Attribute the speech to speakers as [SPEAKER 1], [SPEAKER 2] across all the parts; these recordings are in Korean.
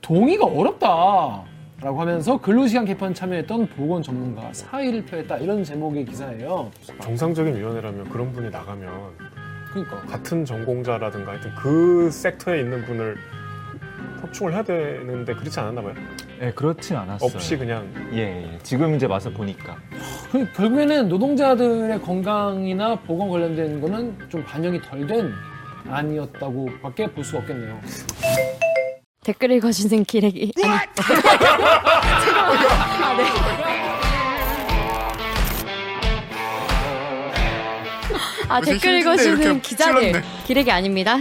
[SPEAKER 1] 동의가 어렵다. 라고 하면서 근로시간 개편 참여했던 보건 전문가 사의를 표했다 이런 제목의 기사예요.
[SPEAKER 2] 정상적인 위원회라면 그런 분이 나가면
[SPEAKER 1] 그러니까
[SPEAKER 2] 같은 전공자라든가 하여튼 그 섹터에 있는 분을 협충을 해야 되는데 그렇지 않았나 봐요.
[SPEAKER 3] 예, 그렇진 않았어요.
[SPEAKER 2] 없이 그냥
[SPEAKER 3] 예, 예. 지금 이제 와서 보니까
[SPEAKER 1] 그 결국에는 노동자들의 건강이나 보건 관련된 거는 좀 반영이 덜 된 안이었다고밖에 볼 수 없겠네요.
[SPEAKER 4] 댓글 읽어주는 기레기. 아니, 네. 아,
[SPEAKER 5] 요새 힘든데
[SPEAKER 4] 댓글
[SPEAKER 5] 이렇게
[SPEAKER 4] 읽어주는 기자들.
[SPEAKER 5] 찔렀네.
[SPEAKER 4] 기레기 아닙니다.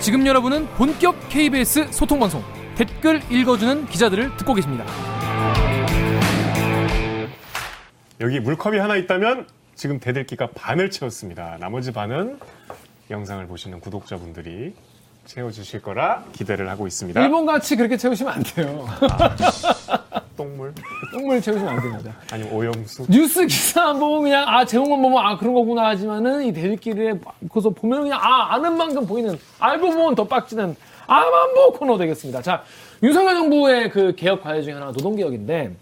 [SPEAKER 6] 지금 여러분은 본격 KBS 소통 방송 댓글 읽어주는 기자들을 듣고 계십니다.
[SPEAKER 2] 여기 물컵이 하나 있다면 지금 대들기가 반을 채웠습니다. 나머지 반은 영상을 보시는 구독자분들이 채워주실 거라 기대를 하고 있습니다.
[SPEAKER 1] 일본 같이 그렇게 채우시면 안 돼요.
[SPEAKER 2] 똥물
[SPEAKER 1] 똥물 채우시면 안 됩니다.
[SPEAKER 2] 아니면 오염수 뭐,
[SPEAKER 1] 뉴스 기사 안 보면 그냥 아 제목만 보면 아 그런 거구나 하지만은 이 대립길에 거서 보면 그냥 아 아는 만큼 보이는 알고 보면 더 빡치는 아만보 코너 되겠습니다. 자 윤석열 정부의 그 개혁 과제 중에 하나가 노동 개혁인데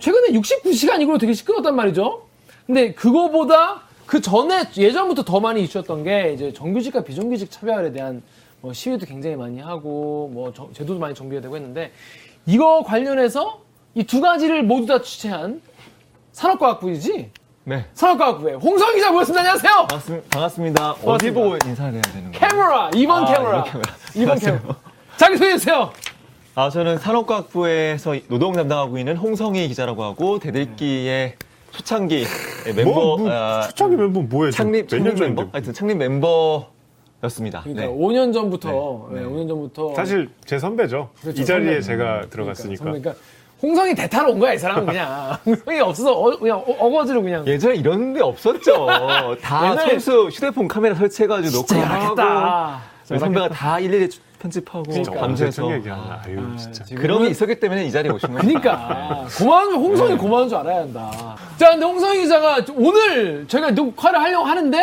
[SPEAKER 1] 최근에 69시간 이걸로 되게 시끄럽단 말이죠. 근데 그거보다 그 전에 예전부터 더 많이 이슈였던 게 이제 정규직과 비정규직 차별에 대한 뭐 시위도 굉장히 많이 하고 뭐 저- 제도도 많이 정비되고 했는데 이거 관련해서 이 두 가지를 모두 다 취재한 산업과학부이지?
[SPEAKER 3] 네.
[SPEAKER 1] 산업과학부에 홍성 기자 모셨습니다. 안녕하세요.
[SPEAKER 3] 반갑습, 반갑습니다. 어디
[SPEAKER 1] 반갑습니다.
[SPEAKER 3] 보고 인사드려야 되는 거예요?
[SPEAKER 1] 캐머라 이번
[SPEAKER 3] 아,
[SPEAKER 1] 캐머라
[SPEAKER 3] 이번 캐머라.
[SPEAKER 1] 이번
[SPEAKER 3] 안녕하세요.
[SPEAKER 1] 캐머라 자기 소개해 주세요.
[SPEAKER 3] 아, 저는 산업과학부에서 노동 담당하고 있는 홍성희 기자라고 하고 대들기의 초창기 멤버
[SPEAKER 2] 뭐, 뭐,
[SPEAKER 3] 아,
[SPEAKER 2] 초창기 멤버 뭐예요?
[SPEAKER 3] 창립
[SPEAKER 2] 몇년
[SPEAKER 3] 창립 멤버?
[SPEAKER 2] 전인데
[SPEAKER 3] 하여튼 창립 멤버였습니다.
[SPEAKER 1] 그러니까
[SPEAKER 3] 네.
[SPEAKER 1] 5년 전부터 네, 5년 전부터
[SPEAKER 2] 사실 제 선배죠.
[SPEAKER 1] 그렇죠,
[SPEAKER 2] 이
[SPEAKER 1] 선배님.
[SPEAKER 2] 자리에
[SPEAKER 3] 음,
[SPEAKER 2] 제가
[SPEAKER 1] 그러니까,
[SPEAKER 2] 들어갔으니까
[SPEAKER 1] 선배, 그러니까 홍성이 대타로 온 거야 이 사람은 그냥 홍성이 없어서 어, 그냥 어- 어거지로 그냥
[SPEAKER 3] 예전에 이런 데 없었죠. 다
[SPEAKER 1] 옛날에-
[SPEAKER 3] 선수 휴대폰 카메라 설치해가지고
[SPEAKER 1] 진짜
[SPEAKER 3] 녹화하고
[SPEAKER 1] 열악했다.
[SPEAKER 3] 저희 선배가 다 일일이 편집하고
[SPEAKER 2] 진짜 언제
[SPEAKER 3] 감수해서
[SPEAKER 2] 청 얘기하나 아유 진짜
[SPEAKER 3] 그런 게 있었기 때문에 이 자리에 오신 거예요.
[SPEAKER 1] 그러니까 고마운 줄
[SPEAKER 3] 네.
[SPEAKER 1] 홍성이 고마운 줄 알아야 한다. 자, 근데 홍성이 기자가 오늘 저희가 녹화를 하려고 하는데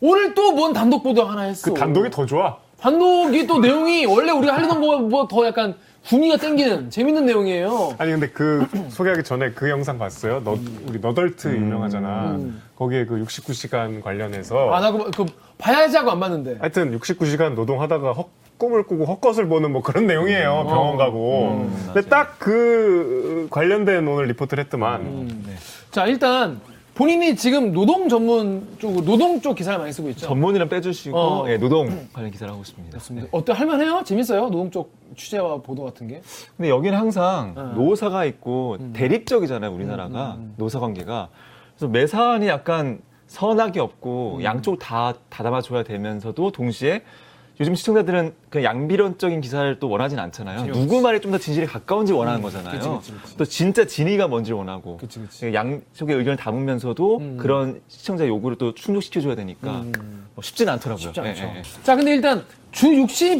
[SPEAKER 1] 오늘 또 뭔 단독 보도 하나 했어.
[SPEAKER 2] 그 단독이 더 좋아.
[SPEAKER 1] 단독이 또 내용이 원래 우리가 하려던 거보다 더 약간 분위기가 땡기는 재밌는 내용이에요.
[SPEAKER 2] 아니 근데 그 소개하기 전에 그 영상 봤어요. 너, 우리 너덜트
[SPEAKER 1] 음.
[SPEAKER 2] 유명하잖아. 거기에 그 69시간 관련해서
[SPEAKER 1] 안 하고 그 봐야지 하고 안 봤는데.
[SPEAKER 2] 하여튼 69시간 노동하다가 헛 꿈을 꾸고 헛것을 보는 뭐 그런 내용이에요.
[SPEAKER 1] 음.
[SPEAKER 2] 병원 가고. 근데 딱 그 관련된 오늘 리포트를 했더만
[SPEAKER 1] 음. 자, 일단 본인이 지금 노동 전문 쪽 노동 쪽 기사를 많이 쓰고 있죠.
[SPEAKER 3] 전문이랑 빼주시고
[SPEAKER 1] 그렇죠. 어.
[SPEAKER 3] 예, 노동 관련 기사를 하고 있습니다. 네.
[SPEAKER 1] 어때 할만해요? 재밌어요? 노동 쪽 취재와 보도 같은 게?
[SPEAKER 3] 네. 근데 여기는 항상
[SPEAKER 1] 네.
[SPEAKER 3] 노사가 있고
[SPEAKER 1] 음.
[SPEAKER 3] 대립적이잖아요 우리나라가 노사 관계가 그래서 매사안이 약간 선악이 없고
[SPEAKER 1] 음.
[SPEAKER 3] 양쪽 다 다담아줘야 되면서도 동시에 요즘 시청자들은 그냥 양비론적인 기사를 또 원하진 않잖아요. 누구 말이 좀 더 진실에 가까운지 원하는
[SPEAKER 1] 음,
[SPEAKER 3] 거잖아요. 또 진짜 진위가 뭔지 원하고 그 양쪽의 의견을 담으면서도
[SPEAKER 1] 음.
[SPEAKER 3] 그런 시청자 요구를 또 충족시켜줘야 되니까 뭐 쉽진 않더라고요. 예, 쉽지
[SPEAKER 1] 않죠. 자, 근데 일단 주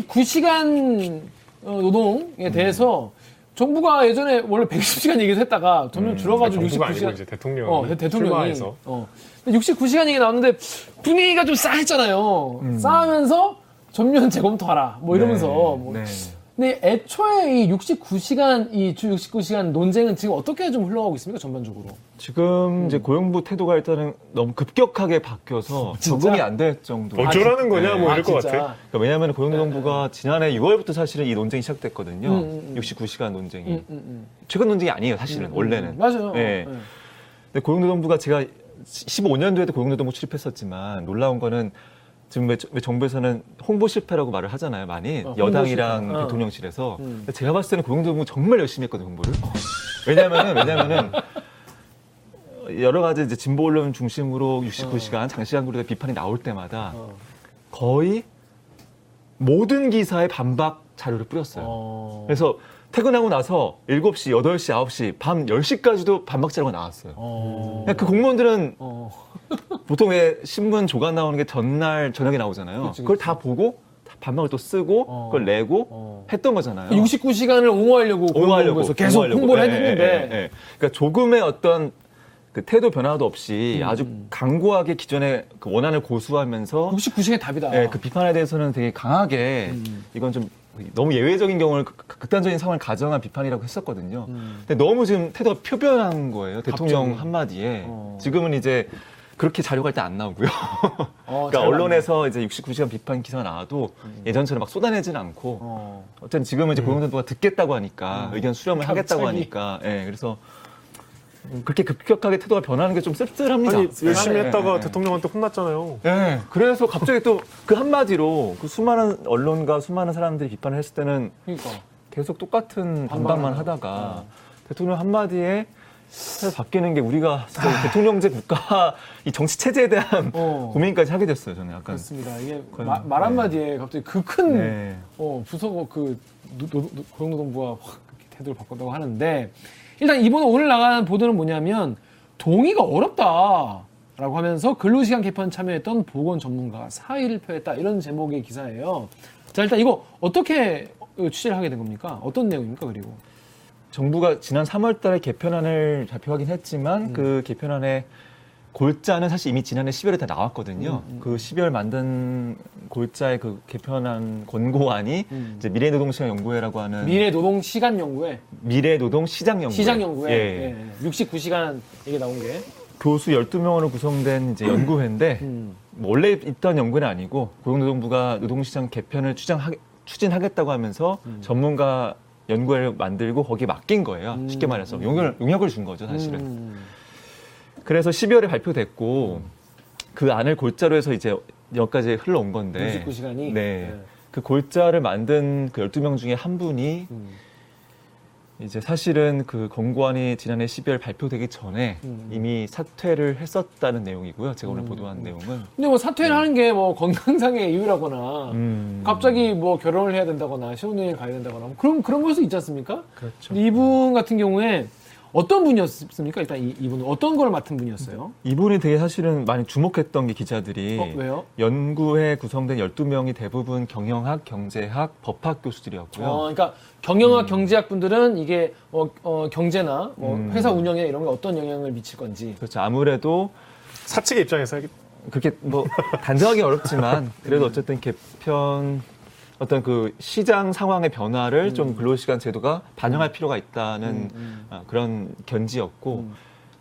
[SPEAKER 1] 69시간 어, 노동에 대해서 정부가 예전에 원래 110시간 얘기도 했다가 점점 줄어가지고
[SPEAKER 2] 그러니까
[SPEAKER 1] 69시간.
[SPEAKER 2] 정부가 아니고 이제 대통령이
[SPEAKER 1] 어, 대- 대통령이.
[SPEAKER 2] 출마해서
[SPEAKER 1] 어. 근데 69시간 얘기 나왔는데 분위기가 좀 싸했잖아요.
[SPEAKER 2] 음.
[SPEAKER 1] 싸하면서 전면 재검토하라. 뭐 이러면서.
[SPEAKER 2] 네.
[SPEAKER 3] 네.
[SPEAKER 1] 뭐. 근데 애초에 이 69시간, 이 주 69시간 논쟁은 지금 어떻게 좀 흘러가고 있습니까? 전반적으로. 음.
[SPEAKER 3] 지금 이제 고용부 태도가 일단은 너무 급격하게 바뀌어서
[SPEAKER 1] 아, 진짜?
[SPEAKER 3] 적응이 안 될 정도로.
[SPEAKER 2] 어쩌라는 거냐 뭐
[SPEAKER 1] 아,
[SPEAKER 2] 이럴 것
[SPEAKER 1] 진짜.
[SPEAKER 2] 같아.
[SPEAKER 3] 그러니까 왜냐하면 고용노동부가
[SPEAKER 1] 네.
[SPEAKER 3] 지난해 6월부터 사실은 이 논쟁이 시작됐거든요.
[SPEAKER 1] 음,
[SPEAKER 3] 69시간 논쟁이. 최근 논쟁이 아니에요, 사실은 원래는.
[SPEAKER 1] 음, 맞아요.
[SPEAKER 3] 예.
[SPEAKER 1] 네.
[SPEAKER 3] 근데 고용노동부가 제가 15년도에도 고용노동부 출입했었지만 놀라운 거는 지금 왜, 왜 정부에서는 홍보 실패라고 말을 하잖아요, 많이.
[SPEAKER 1] 홍보
[SPEAKER 3] 여당이랑
[SPEAKER 1] 실패. 어.
[SPEAKER 3] 대통령실에서. 근데 제가 봤을 때는 고용노동부 정말 열심히 했거든요, 홍보를. 왜냐면은, 왜냐면은, 여러 가지 이제 진보 언론 중심으로
[SPEAKER 1] 어.
[SPEAKER 3] 69시간 장시간 그룹의 비판이 나올 때마다 거의 모든 기사에 반박 자료를 뿌렸어요.
[SPEAKER 1] 어.
[SPEAKER 3] 그래서 퇴근하고 나서 7시, 8시, 9시, 밤 10시까지도 반박 자료가 나왔어요.
[SPEAKER 1] 어.
[SPEAKER 3] 그냥 그 공무원들은
[SPEAKER 1] 어.
[SPEAKER 3] 보통 왜 신문 조간 나오는 게 전날 저녁에 나오잖아요. 그걸 다 보고 다 반박을 또 쓰고 그걸 내고
[SPEAKER 1] 어.
[SPEAKER 3] 했던 거잖아요.
[SPEAKER 1] 69시간을 옹호하려고
[SPEAKER 3] 옹호하려고
[SPEAKER 1] 공부에서 계속
[SPEAKER 3] 옹호하려고.
[SPEAKER 1] 홍보를
[SPEAKER 3] 예,
[SPEAKER 1] 했는데
[SPEAKER 3] 예, 예, 예. 그러니까 조금의 어떤 그 태도 변화도 없이
[SPEAKER 1] 음.
[SPEAKER 3] 아주 강고하게 기존의 그 원한을 고수하면서
[SPEAKER 1] 혹시 구식의 답이다.
[SPEAKER 3] 예, 그 비판에 대해서는 되게 강하게
[SPEAKER 1] 음.
[SPEAKER 3] 이건 좀 너무 예외적인 경우를 극- 극단적인 상황을 가정한 비판이라고 했었거든요. 근데 너무 지금 태도가 표변한 거예요. 대통령
[SPEAKER 1] 음. 갑자기.
[SPEAKER 3] 한마디에
[SPEAKER 1] 어.
[SPEAKER 3] 지금은 이제 그렇게 자료가 일단 안 나오고요.
[SPEAKER 1] 어,
[SPEAKER 3] 그러니까
[SPEAKER 1] 잘
[SPEAKER 3] 언론에서 이제 69시간 비판 기사가 나와도 예전처럼 막 쏟아내지는 않고
[SPEAKER 1] 맞네. 어. 음.
[SPEAKER 3] 어쨌든 지금은 이제 고용노동부가 듣겠다고 하니까 의견 수렴을 하겠다고
[SPEAKER 1] 갑자기. 음.
[SPEAKER 3] 하니까 예 그래서 그렇게 급격하게 태도가 변하는 게 좀 씁쓸합니다.
[SPEAKER 2] 아니 열심히
[SPEAKER 1] 네,
[SPEAKER 3] 예,
[SPEAKER 2] 했다가
[SPEAKER 3] 예, 예.
[SPEAKER 2] 대통령한테 혼났잖아요.
[SPEAKER 3] 예, 그래서 갑자기 또 그 한마디로 그 수많은 언론과 수많은 사람들이 비판을 했을 때는
[SPEAKER 1] 그러니까.
[SPEAKER 3] 계속 똑같은 반박만
[SPEAKER 1] 어.
[SPEAKER 3] 하다가 대통령 한마디에 사실 바뀌는 게 우리가 진짜 대통령제 국가 이 정치 체제에 대한
[SPEAKER 1] 아. 어.
[SPEAKER 3] 고민까지 하게 됐어요. 저는 약간
[SPEAKER 1] 그렇습니다. 이게
[SPEAKER 3] 그건-
[SPEAKER 1] 마- 말 한마디에 갑자기 그 큰
[SPEAKER 3] 네.
[SPEAKER 1] 어, 부서고 그 노- 노- 노- 고용노동부가 확 이렇게 태도를 바꿨다고 하는데 일단 이번 오늘 나간 보도는 뭐냐면 동의가 어렵다. 라고 하면서 근로시간 개편 참여했던 보건 전문가가 사의를 표했다 이런 제목의 기사예요. 자 일단 이거 어떻게 취재를 하게 된 겁니까? 어떤 내용입니까? 그리고
[SPEAKER 3] 정부가 지난 3월달에 개편안을 발표하긴 했지만
[SPEAKER 1] 음.
[SPEAKER 3] 그 개편안에 골자는 사실 이미 지난해 10월에 다 나왔거든요.
[SPEAKER 1] 음,
[SPEAKER 3] 그 12월 만든 골자의 그 개편안 권고안이
[SPEAKER 1] 음.
[SPEAKER 3] 이제 미래노동시장 연구회라고 하는
[SPEAKER 1] 미래 노동 시간 연구에
[SPEAKER 3] 미래노동 시장 연구회
[SPEAKER 1] 시장 연구에
[SPEAKER 3] 예.
[SPEAKER 1] 예, 69시간 이게 나온 게
[SPEAKER 3] 교수 12명으로 구성된 이제 연구회인데
[SPEAKER 1] 음.
[SPEAKER 3] 뭐 원래 있던 연구는 아니고 고용노동부가 노동시장 개편을 추진하, 추진하겠다고 하면서 전문가 연구회를 만들고 거기에 맡긴 거예요. 쉽게 말해서 용역을, 용역을 준 거죠, 사실은.
[SPEAKER 1] 음.
[SPEAKER 3] 그래서 12월에 발표됐고 그 안을 골자로 해서 이제 여기까지 흘러온 건데
[SPEAKER 1] 69시간이?
[SPEAKER 3] 네.
[SPEAKER 1] 네.
[SPEAKER 3] 그 골자를 만든 그 12명 중에 한 분이
[SPEAKER 1] 음.
[SPEAKER 3] 이제 사실은 그 권고안이 지난해 12월 발표되기 전에
[SPEAKER 1] 음.
[SPEAKER 3] 이미 사퇴를 했었다는 내용이고요. 제가 오늘 보도한 내용은
[SPEAKER 1] 근데 뭐 사퇴를 하는 게 뭐 건강상의 이유라거나
[SPEAKER 3] 음.
[SPEAKER 1] 갑자기 뭐 결혼을 해야 된다거나 신혼여행을 가야 된다거나 뭐 그런 그런 걸수 있지 않습니까?
[SPEAKER 3] 그렇죠.
[SPEAKER 1] 근데 이분 같은 경우에 어떤 분이었습니까? 일단 이, 이분은 어떤 걸 맡은 분이었어요?
[SPEAKER 3] 이분이 되게 사실은 많이 주목했던 게 기자들이
[SPEAKER 1] 어, 왜요?
[SPEAKER 3] 연구회 구성된 12명이 대부분 경영학, 경제학, 법학 교수들이었고요. 음.
[SPEAKER 1] 어, 그러니까 경영학 경제학 분들은 이게 어, 어, 경제나 뭐
[SPEAKER 3] 음.
[SPEAKER 1] 회사 운영에 이런 게 어떤 영향을 미칠 건지
[SPEAKER 3] 그렇죠. 아무래도
[SPEAKER 2] 사측의 입장에서 하기-
[SPEAKER 3] 그렇게 뭐 단정하기 어렵지만 그래도 어쨌든 개편 어떤 그 시장 상황의 변화를 좀 근로시간 제도가 반영할 필요가 있다는 아, 그런 견지였고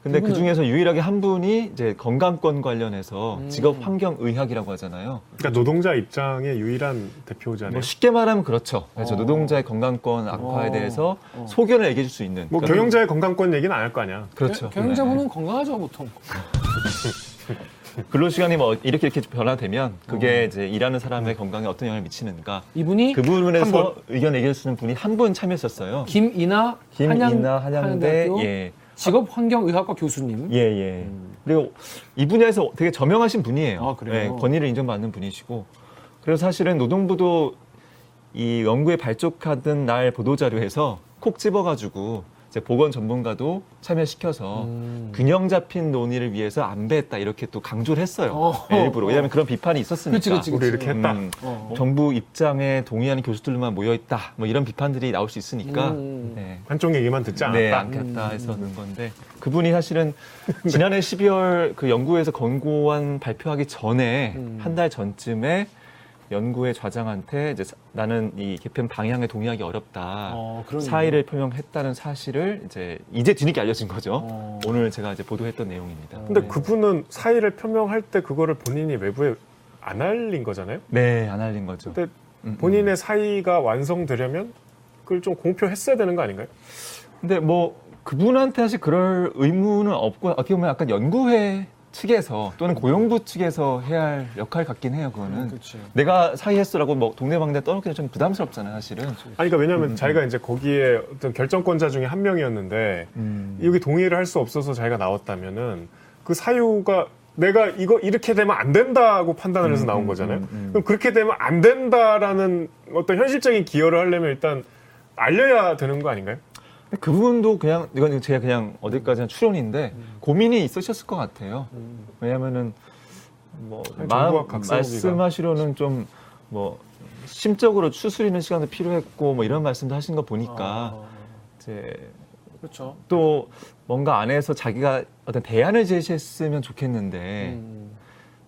[SPEAKER 3] 근데 그
[SPEAKER 1] 그분은-
[SPEAKER 3] 중에서 유일하게 한 분이 이제 건강권 관련해서 직업 환경 의학이라고 하잖아요.
[SPEAKER 2] 그러니까 노동자 입장의 유일한 대표자네요.
[SPEAKER 3] 뭐 쉽게 말하면 그렇죠. 그래서 노동자의 건강권 악화에
[SPEAKER 1] 어.
[SPEAKER 3] 대해서 소견을 얘기해 줄 수 있는.
[SPEAKER 2] 뭐
[SPEAKER 1] 그러니까
[SPEAKER 3] 그런-
[SPEAKER 2] 경영자의 건강권 얘기는 안 할 거 아니야.
[SPEAKER 3] 그렇죠.
[SPEAKER 1] 경영자분은 건강하죠 보통.
[SPEAKER 3] 네. 근로시간이 뭐 이렇게 이렇게 변화되면 그게 이제 일하는 사람의 건강에 어떤 영향을 미치는가
[SPEAKER 1] 이분이
[SPEAKER 3] 그 부분에서
[SPEAKER 2] 한 분.
[SPEAKER 3] 의견 얘기해 주는 분이 한 분 참여했었어요.
[SPEAKER 1] 김이나
[SPEAKER 3] 김이나
[SPEAKER 1] 한양-
[SPEAKER 3] 한양대
[SPEAKER 1] 한양대학교
[SPEAKER 3] 예.
[SPEAKER 1] 직업환경의학과 교수님.
[SPEAKER 3] 예, 예. 그리고 이 분야에서 되게 저명하신 분이에요.
[SPEAKER 1] 아, 그래요?
[SPEAKER 3] 예, 권위를 인정받는 분이시고. 그래서 사실은 노동부도 이 연구에 발족하던 날 보도자료에서 콕 집어가지고 이제 보건 전문가도 참여시켜서
[SPEAKER 1] 음.
[SPEAKER 3] 균형 잡힌 논의를 위해서 안배했다 이렇게 또 강조를 했어요.
[SPEAKER 1] 어.
[SPEAKER 3] 예, 일부러. 왜냐하면 그런 비판이 있었으니까.
[SPEAKER 1] 그치, 그치,
[SPEAKER 2] 우리 이렇게 했다.
[SPEAKER 3] 음,
[SPEAKER 1] 어.
[SPEAKER 3] 정부 입장에 동의하는 교수들만 모여있다. 뭐 이런 비판들이 나올 수 있으니까.
[SPEAKER 1] 음.
[SPEAKER 3] 예.
[SPEAKER 2] 한쪽 얘기만 듣지 않았다.
[SPEAKER 3] 네, 않겠다 해서 넣은 건데 그분이 사실은 지난해 12월 그 연구회에서 권고안 발표하기 전에
[SPEAKER 1] 음.
[SPEAKER 3] 한 달 전쯤에 연구회 좌장한테 이제 사- 나는 이 개편 방향에 동의하기 어렵다
[SPEAKER 1] 어, 그런
[SPEAKER 3] 사의를 표명했다는 사실을 이제 이제 뒤늦게 알려진 거죠.
[SPEAKER 1] 어.
[SPEAKER 3] 오늘 제가 이제 보도했던 내용입니다.
[SPEAKER 2] 근데 그분은 사의를 표명할 때 그거를 본인이 외부에 안 알린 거잖아요.
[SPEAKER 3] 네, 안 알린 거죠.
[SPEAKER 2] 근데 본인의 사의가 완성되려면 그걸 좀 공표했어야 되는 거 아닌가요?
[SPEAKER 3] 근데 뭐 그분한테 사실 그럴 의무는 없고 어떻게 보면 약간 연구회 측에서 또는
[SPEAKER 2] 음.
[SPEAKER 3] 고용부 측에서 해야 할 역할 같긴 해요. 그거는
[SPEAKER 1] 그치.
[SPEAKER 3] 내가 사이했어라고 뭐 동네방네 떠넘기는 좀 부담스럽잖아요. 사실은
[SPEAKER 2] 아니, 그러니까 왜냐하면 자기가 이제 거기에 어떤 결정권자 중에 한 명이었는데 여기 동의를 할 수 없어서 자기가 나왔다면은 그 사유가 내가 이거 이렇게 되면 안 된다고 판단을 해서 나온 거잖아요. 그럼 그렇게 되면 안 된다라는 어떤 현실적인 기여를 하려면 일단 알려야 되는 거 아닌가요?
[SPEAKER 3] 근데 그 부분도 그냥 이건 제가 그냥 어디까지나 추론인데
[SPEAKER 2] 음.
[SPEAKER 3] 고민이 있으셨을 것 같아요. 왜냐면은 뭐
[SPEAKER 2] 아니,
[SPEAKER 3] 마음
[SPEAKER 2] 음. 정부와 각성우리가.
[SPEAKER 3] 말씀하시려는 좀 뭐
[SPEAKER 2] 아.
[SPEAKER 3] 심적으로 추스리는 시간도 필요했고 뭐 이런 말씀도 하신 거 보니까 이제
[SPEAKER 1] 아, 그렇죠.
[SPEAKER 3] 또 뭔가 안에서 자기가 어떤 대안을 제시했으면 좋겠는데
[SPEAKER 1] 음,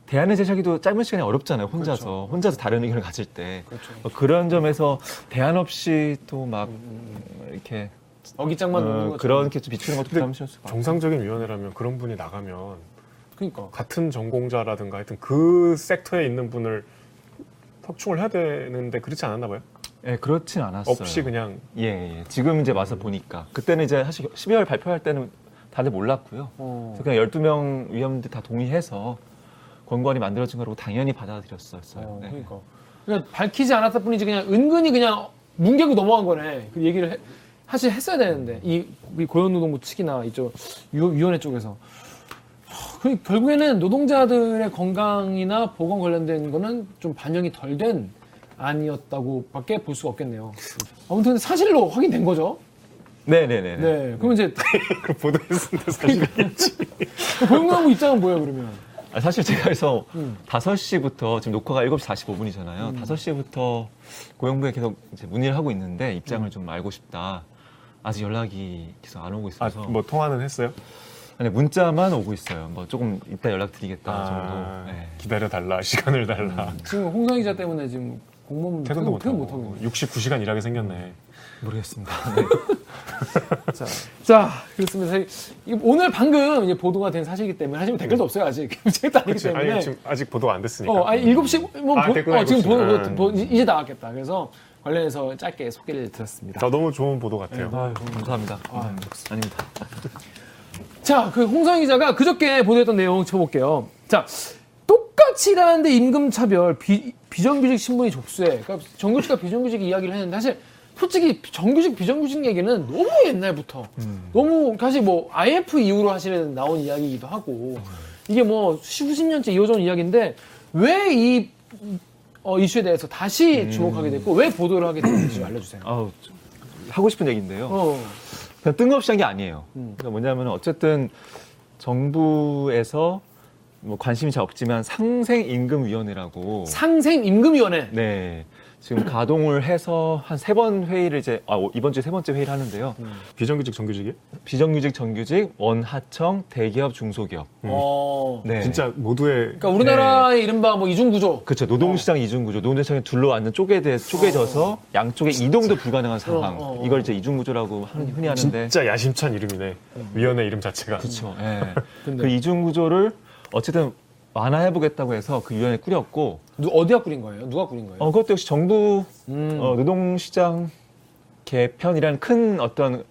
[SPEAKER 3] 대안을 제시하기도 짧은 시간이 어렵잖아요. 혼자서
[SPEAKER 2] 그렇죠.
[SPEAKER 3] 혼자서 다른 의견을 가질 때
[SPEAKER 1] 그렇죠.
[SPEAKER 3] 그런 점에서 대안 없이 또 막
[SPEAKER 2] 음,
[SPEAKER 3] 이렇게
[SPEAKER 1] 어깃장만 놓는
[SPEAKER 3] 어,
[SPEAKER 1] 거죠.
[SPEAKER 3] 그렇게 좀 비추는 것도
[SPEAKER 2] 근데
[SPEAKER 3] 부담스러것 같아요.
[SPEAKER 2] 정상적인 위원회라면 그런 분이 나가면
[SPEAKER 1] 그러니까.
[SPEAKER 2] 같은 전공자라든가 하여튼 그 섹터에 있는 분을 턱충을 해야 되는데 그렇지 않았나 봐요.
[SPEAKER 3] 예, 그렇진 않았어요.
[SPEAKER 2] 없이 그냥 음.
[SPEAKER 3] 예, 예. 지금 이제 와서 보니까 그때는 이제 사실 12월 발표할 때는 다들 몰랐고요.
[SPEAKER 1] 어.
[SPEAKER 3] 그래서 그냥 12명 위원들 다 동의해서 권고안이 만들어진 거라고 당연히 받아들였었어요.
[SPEAKER 1] 어,
[SPEAKER 3] 네.
[SPEAKER 1] 그러니까. 그냥 밝히지 않았을 뿐이지 그냥 은근히 그냥 뭉개고 넘어간 거네. 그 얘기를 해- 사실 했어야 되는데 이, 이 고용노동부 측이나 이쪽 유- 위원회 쪽에서 하, 그 결국에는 노동자들의 건강이나 보건 관련된 거는 좀 반영이 덜 된 아니었다고밖에 볼 수가 없겠네요. 아무튼 사실로 확인된 거죠.
[SPEAKER 3] 네, 네, 네. 네.
[SPEAKER 1] 네. 그럼 이제 그러니까. 그
[SPEAKER 2] 그 보도했는데 사실
[SPEAKER 1] 고용노동부 입장은 뭐예요 그러면?
[SPEAKER 3] 아, 사실 제가 그래서
[SPEAKER 1] 음.
[SPEAKER 3] 5시부터 지금 녹화가 7시 45분이잖아요. 5시부터 고용부에 계속 이제 문의를 하고 있는데 입장을 좀 알고 싶다. 아직 연락이 계속 안 오고
[SPEAKER 2] 아,
[SPEAKER 3] 있어서
[SPEAKER 2] 뭐 통화는 했어요?
[SPEAKER 3] 아니, 문자만 오고 있어요. 뭐 조금 이따 연락드리겠다
[SPEAKER 2] 아,
[SPEAKER 3] 정도. 네.
[SPEAKER 2] 기다려 달라 시간을 달라
[SPEAKER 1] 지금 홍상 기자 때문에 지금 공무원
[SPEAKER 2] 퇴근도
[SPEAKER 1] 음. 퇴근
[SPEAKER 2] 못
[SPEAKER 1] 못 하고 음.
[SPEAKER 2] 하고 69시간 일하게 생겼네.
[SPEAKER 3] 모르겠습니다. 네.
[SPEAKER 1] 자, 그렇습니다. 사실 이게 오늘 방금 이제 보도가 된 사실이기 때문에 사실 댓글도 없어요 아직 책도 아니기
[SPEAKER 2] 음. 그렇지.
[SPEAKER 1] 때문에.
[SPEAKER 2] 그렇죠. 아니 지금 아직 보도가 안 됐으니까.
[SPEAKER 1] 어, 아니 일곱 시 뭐,
[SPEAKER 2] 아,
[SPEAKER 1] 보-
[SPEAKER 2] 댓글
[SPEAKER 1] 어, 지금 보,
[SPEAKER 2] 일곱 시.
[SPEAKER 1] 보,
[SPEAKER 2] 음.
[SPEAKER 1] 보- 이- 이제 나왔겠다. 그래서 관련해서 짧게 소개를 드렸습니다.
[SPEAKER 2] 아, 너무 좋은 보도 같아요.
[SPEAKER 1] 네,
[SPEAKER 3] 아유, 감사합니다. 감사합니다. 아닙니다.
[SPEAKER 1] 자, 그 홍성 기자가 그저께 보도했던 내용 쳐볼게요. 자, 똑같이 일하는데 임금 차별, 비, 비정규직 신분이 족쇄. 그러니까 정규직과 비정규직 이야기를 했는데 사실 솔직히 정규직 비정규직 얘기는 너무 옛날부터 너무 사실 뭐 IF 이후로 사실은 나온 이야기이기도 하고 이게 뭐 수십 년째 이어져 온 이야기인데 왜 이 어, 이슈에 대해서 다시 주목하게 됐고 왜 보도를 하게 됐는지 좀 알려주세요.
[SPEAKER 3] 아우, 좀 하고 싶은 얘기인데요.
[SPEAKER 1] 어,
[SPEAKER 3] 그냥 뜬금없이 한 게 아니에요. 그러니까 뭐냐면 어쨌든 정부에서 뭐 관심이 잘 없지만 상생임금위원회라고
[SPEAKER 1] 상생 임금위원회.
[SPEAKER 3] 네 지금 가동을 해서 한 세 번 회의를 이제 아 오- 이번 주에 세 번째 회의를 하는데요.
[SPEAKER 1] 음.
[SPEAKER 2] 비정규직 정규직이
[SPEAKER 3] 비정규직, 정규직, 원하청, 대기업, 중소기업.
[SPEAKER 1] 어.
[SPEAKER 3] 네.
[SPEAKER 2] 진짜 모두의
[SPEAKER 1] 그러니까 우리나라의 이른바 뭐 이중구조.
[SPEAKER 3] 그렇죠.
[SPEAKER 1] 어.
[SPEAKER 3] 노동시장 이중구조, 노동시장에 둘러앉는 쪼개 대, 쪼개져서 양쪽의 이동도 불가능한 상황.
[SPEAKER 1] 어, 음. 어.
[SPEAKER 3] 이걸 이제 이중구조라고 하는- 흔히 하는데.
[SPEAKER 2] 진짜 야심찬 이름이네. 위원회 이름 자체가.
[SPEAKER 3] 그렇죠. 예.
[SPEAKER 1] 근데-
[SPEAKER 3] 그 이중구조를 어쨌든 완화해보겠다고 해서 그 위원회 꾸렸고,
[SPEAKER 1] 누, 어디가 꾸린 거예요? 누가 꾸린 거예요?
[SPEAKER 3] 어, 그것도 역시 정부
[SPEAKER 1] 음.
[SPEAKER 3] 어, 노동시장 개편이라는 큰 어떤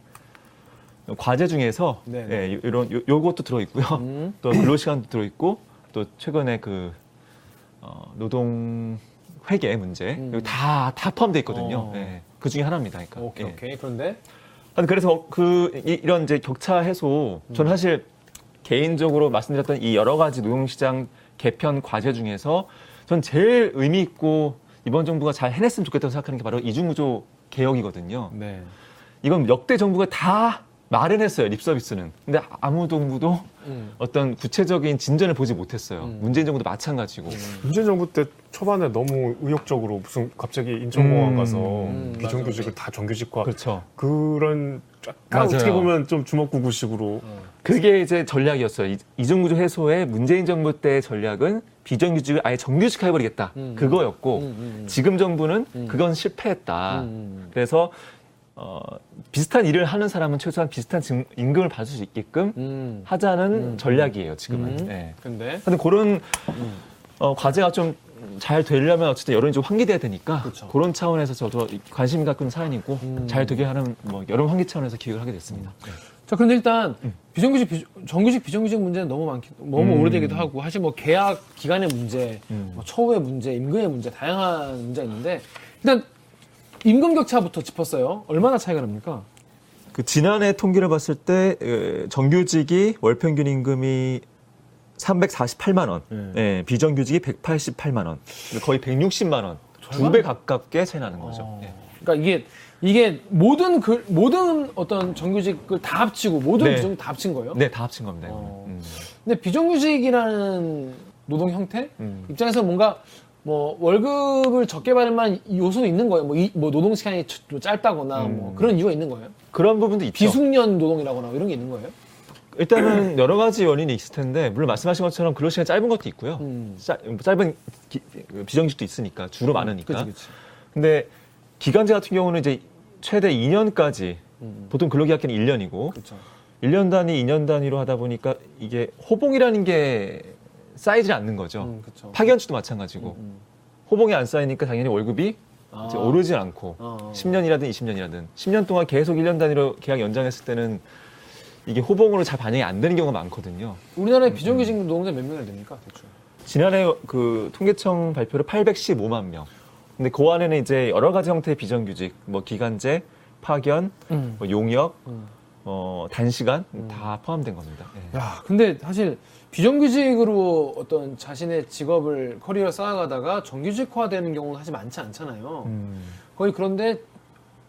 [SPEAKER 3] 과제 중에서
[SPEAKER 1] 네.
[SPEAKER 3] 예, 요- 이런 요, 요것도 들어있고요.
[SPEAKER 1] 음.
[SPEAKER 3] 또 근로시간도 들어있고 또 최근에 그 어, 노동 회계 문제
[SPEAKER 1] 음.
[SPEAKER 3] 여기 다, 다 포함되어 있거든요.
[SPEAKER 1] 어.
[SPEAKER 3] 예, 그 중에 하나입니다. 그러니까.
[SPEAKER 1] 오케이
[SPEAKER 3] 예.
[SPEAKER 1] 오케이. 그런데
[SPEAKER 3] 하여튼 그래서 그 이, 런 이제 격차 해소 저는 사실 개인적으로 말씀드렸던 이 여러 가지 노동시장 개편 과제 중에서 전 제일 의미 있고 이번 정부가 잘 해냈으면 좋겠다고 생각하는 게 바로 이중구조 개혁이거든요.
[SPEAKER 1] 네.
[SPEAKER 3] 이건 역대 정부가 다 말은 했어요. 립서비스는. 근데 아무 정부도
[SPEAKER 1] 음.
[SPEAKER 3] 어떤 구체적인 진전을 보지 못했어요. 문재인 정부도 마찬가지고.
[SPEAKER 2] 문재인 정부 때 초반에 너무 의욕적으로 무슨 갑자기 인천공항
[SPEAKER 3] 음.
[SPEAKER 2] 가서
[SPEAKER 1] 음,
[SPEAKER 2] 비정규직을 다 정규직과
[SPEAKER 3] 그렇죠.
[SPEAKER 2] 그런 약간
[SPEAKER 3] 맞아요. 어.
[SPEAKER 2] 어떻게 보면 좀 주먹구구식으로
[SPEAKER 3] 그게 이제 전략이었어요. 이- 이중구조 해소의 문재인 정부 때의 전략은 비정규직을 아예 정규직 해버리겠다.
[SPEAKER 1] 음.
[SPEAKER 3] 그거였고
[SPEAKER 1] 음, 음, 음.
[SPEAKER 3] 지금 정부는
[SPEAKER 1] 음.
[SPEAKER 3] 그건 실패했다.
[SPEAKER 1] 음.
[SPEAKER 3] 그래서 어, 비슷한 일을 하는 사람은 최소한 비슷한 징- 임금을 받을 수 있게끔
[SPEAKER 1] 음.
[SPEAKER 3] 하자는 전략이에요. 지금은.
[SPEAKER 1] 음.
[SPEAKER 3] 네.
[SPEAKER 1] 근데
[SPEAKER 3] 하여튼 그런 어, 과제가 좀 잘 되려면 어쨌든 여론이 좀 환기돼야 되니까
[SPEAKER 1] 그렇죠.
[SPEAKER 3] 그런 차원에서 저도 이- 관심 갖고 있는 사안이고
[SPEAKER 1] 음.
[SPEAKER 3] 잘 되게 하는 뭐 여론 환기 차원에서 기획을 하게 됐습니다. 네.
[SPEAKER 1] 자 그런데 일단 비정규직 비, 정규직 비정규직 문제는 너무 많기 너무
[SPEAKER 3] 음.
[SPEAKER 1] 오래되기도 하고 사실 뭐 계약 기간의 문제,
[SPEAKER 3] 음.
[SPEAKER 1] 뭐 처우의 문제, 임금의 문제 다양한 문제가 있는데 일단 임금 격차부터 짚었어요. 얼마나 차이가 납니까?
[SPEAKER 3] 그 지난해 통계를 봤을 때 에, 정규직이 월평균 임금이 348만 원, 예, 비정규직이 188만 원, 거의 160만 원, 두 배 가깝게 차이 나는 거죠. 예.
[SPEAKER 1] 그러니까 이게 이게 모든 그 모든 어떤 정규직을 다 합치고 모든
[SPEAKER 3] 네.
[SPEAKER 1] 비정규직 다 합친 거예요?
[SPEAKER 3] 네, 다 합친 겁니다.
[SPEAKER 1] 어.
[SPEAKER 3] 이거는. 음.
[SPEAKER 1] 근데 비정규직이라는 노동 형태
[SPEAKER 3] 음.
[SPEAKER 1] 입장에서 뭔가 뭐 월급을 적게 받을 만한 요소는 있는 거예요. 뭐, 이- 뭐 노동 시간이 주- 좀 짧다거나 뭐 그런 이유가 있는 거예요.
[SPEAKER 3] 음. 그런 부분도 있죠.
[SPEAKER 1] 비숙련 노동이라거나 이런 게 있는 거예요.
[SPEAKER 3] 일단은 여러 가지 원인이 있을 텐데 물론 말씀하신 것처럼 근로 시간 이 짧은 것도 있고요.
[SPEAKER 1] 음.
[SPEAKER 3] 짜- 짧은 기- 비정규직도 있으니까 주로 많으니까.
[SPEAKER 1] 그치, 그치.
[SPEAKER 3] 근데 기간제 같은 경우는 이제 최대 2년까지 보통 근로계약기는 1년이고
[SPEAKER 1] 그렇죠.
[SPEAKER 3] 1년 단위, 2년 단위로 하다 보니까 이게 호봉이라는 게 쌓이질 않는 거죠.
[SPEAKER 1] 음, 그쵸. 음,
[SPEAKER 3] 파견주도 마찬가지고 호봉이 안 쌓이니까 당연히 월급이 이제
[SPEAKER 1] 아.
[SPEAKER 3] 오르지 않고
[SPEAKER 1] 어.
[SPEAKER 3] 10년이라든 20년이라든 10년 동안 계속 1년 단위로 계약 연장했을 때는 이게 호봉으로 잘 반영이 안 되는 경우가 많거든요.
[SPEAKER 1] 우리나라에 비정규직 노동자 몇 명이나 됩니까? 대충.
[SPEAKER 3] 지난해 그 통계청 발표로 815만 명. 근데 그 안에는 이제 여러 가지 형태의 비정규직, 뭐 기간제, 파견,
[SPEAKER 1] 음.
[SPEAKER 3] 뭐 용역,
[SPEAKER 1] 음.
[SPEAKER 3] 어, 단시간 다 포함된 겁니다. 예.
[SPEAKER 1] 야, 근데 사실 비정규직으로 어떤 자신의 직업을 커리어 쌓아가다가 정규직화되는 경우는 사실 많지 않잖아요.
[SPEAKER 3] 음.
[SPEAKER 1] 거의 그런데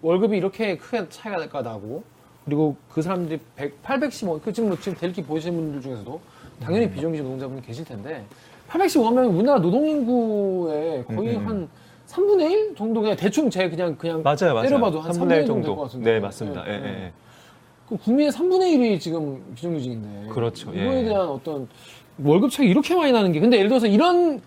[SPEAKER 1] 월급이 이렇게 크게 차이가 날까 나고 그리고 그 사람들이 100, 815, 그 지금 뭐 지금 델기 보시는 분들 중에서도 당연히
[SPEAKER 3] 음.
[SPEAKER 1] 비정규직 노동자분이 계실 텐데 815명이 우리나라 노동인구의 거의 한 3분의 1 정도 그냥 대충 제 그냥 그냥
[SPEAKER 3] 음, 맞아요, 맞아요.
[SPEAKER 1] 때려봐도 한 3분의 1
[SPEAKER 3] 삼분의
[SPEAKER 1] 정도 될 것 같은데.
[SPEAKER 3] 네, 맞습니다.
[SPEAKER 1] 예,
[SPEAKER 3] 예,
[SPEAKER 1] 예.
[SPEAKER 3] 예, 예.
[SPEAKER 1] 그 국민의 3분의 1이 지금 비정규직인데.
[SPEAKER 3] 그렇죠,
[SPEAKER 1] 이거에
[SPEAKER 3] 예.
[SPEAKER 1] 대한 어떤 월급 차이 이렇게 많이 나는 게. 근데 예를 들어서 이런,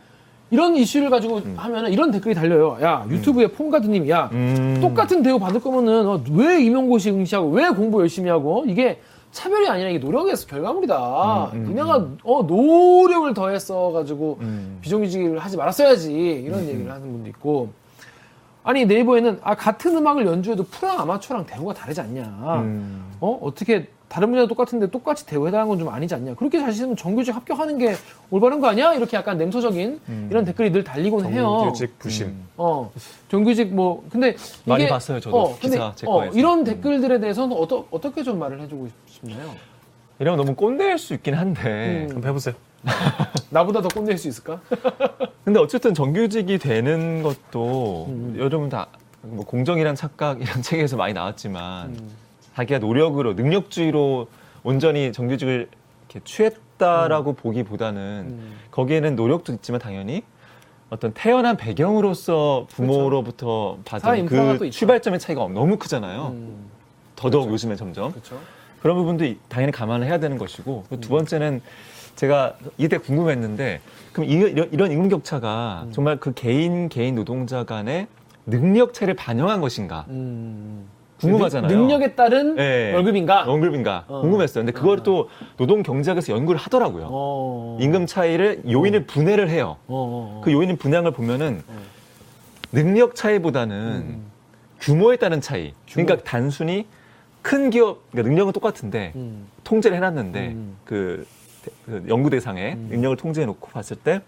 [SPEAKER 1] 이런 이슈를 가지고 하면은 이런 댓글이 달려요. 야, 유튜브에 폼가드님이 야,
[SPEAKER 3] 음.
[SPEAKER 1] 똑같은 대우 받을 거면은 어, 왜 임용고시 응시하고 왜 공부 열심히 하고 이게 차별이 아니라 이게 노력에서 결과물이다.
[SPEAKER 3] 음, 음,
[SPEAKER 1] 그녀가 어, 노력을 더했어 가지고
[SPEAKER 3] 음.
[SPEAKER 1] 비정규직을 하지 말았어야지 이런 얘기를 하는 분도 있고 아니 네이버에는 아 같은 음악을 연주해도 프로 아마추어랑 대우가 다르지 않냐.
[SPEAKER 3] 음.
[SPEAKER 1] 어 어떻게 다른 분야 똑같은데 똑같이 대우해달라는 건 좀 아니지 않냐 그렇게 자신은 정규직 합격하는 게 올바른 거 아니야 이렇게 약간 냉소적인
[SPEAKER 3] 음.
[SPEAKER 1] 이런 댓글이 늘 달리곤 해요
[SPEAKER 2] 정규직 부심.
[SPEAKER 1] 어 정규직 뭐 근데 이게
[SPEAKER 3] 많이 봤어요, 저도. 기사 제
[SPEAKER 1] 어,
[SPEAKER 3] 거에서.
[SPEAKER 1] 이런
[SPEAKER 3] 음.
[SPEAKER 1] 댓글들에 대해서는 어떠, 어떻게 좀 말을 해주고 싶나요
[SPEAKER 3] 이러면 너무 꼰대일 수 있긴 한데.
[SPEAKER 1] 음.
[SPEAKER 2] 한번 해보세요.
[SPEAKER 1] 나보다 더 꼰대일 수 있을까
[SPEAKER 3] 근데 어쨌든 정규직이 되는 것도
[SPEAKER 1] 음.
[SPEAKER 3] 여러분 다 뭐 공정이란 착각 이런 책에서 많이 나왔지만
[SPEAKER 1] 음.
[SPEAKER 3] 자기가 노력으로 능력주의로 온전히 정규직을 이렇게 취했다라고
[SPEAKER 1] 음.
[SPEAKER 3] 보기보다는 거기에는 노력도 있지만 당연히 어떤 태어난 배경으로서 부모로부터
[SPEAKER 1] 그렇죠. 사회
[SPEAKER 3] 받은
[SPEAKER 1] 인프라가 또
[SPEAKER 3] 그
[SPEAKER 1] 있죠.
[SPEAKER 3] 출발점의 차이가 너무 크잖아요.
[SPEAKER 1] 음,
[SPEAKER 3] 더더욱 요즘에 점점
[SPEAKER 1] 그렇죠
[SPEAKER 3] 그런 부분도 이- 당연히 감안을 해야 되는 것이고 그두 번째는 제가 이때 궁금했는데 그럼 이, 이런, 이런 임금 격차가 정말 그 개인 개인 노동자 간의 능력 차를 반영한 것인가
[SPEAKER 1] 음,
[SPEAKER 3] 궁금하잖아요.
[SPEAKER 1] 능- 능력에 따른
[SPEAKER 3] 예.
[SPEAKER 1] 월급인가
[SPEAKER 3] 월급인가
[SPEAKER 1] 어.
[SPEAKER 3] 궁금했어요. 근데 그걸 또 노동 경제학에서 연구를 하더라고요.
[SPEAKER 1] 어.
[SPEAKER 3] 임금 차이를 요인을 분해를 해요.
[SPEAKER 1] 어, 어, 어.
[SPEAKER 3] 그 요인을 분양을 보면은 능력 차이보다는 규모에 따른 차이. 그러니까 단순히 큰 기업 그러니까 능력은 똑같은데
[SPEAKER 1] 음.
[SPEAKER 3] 통제를 해놨는데
[SPEAKER 1] 음.
[SPEAKER 3] 그, 대- 그 연구 대상에 능력을 통제해놓고 봤을 때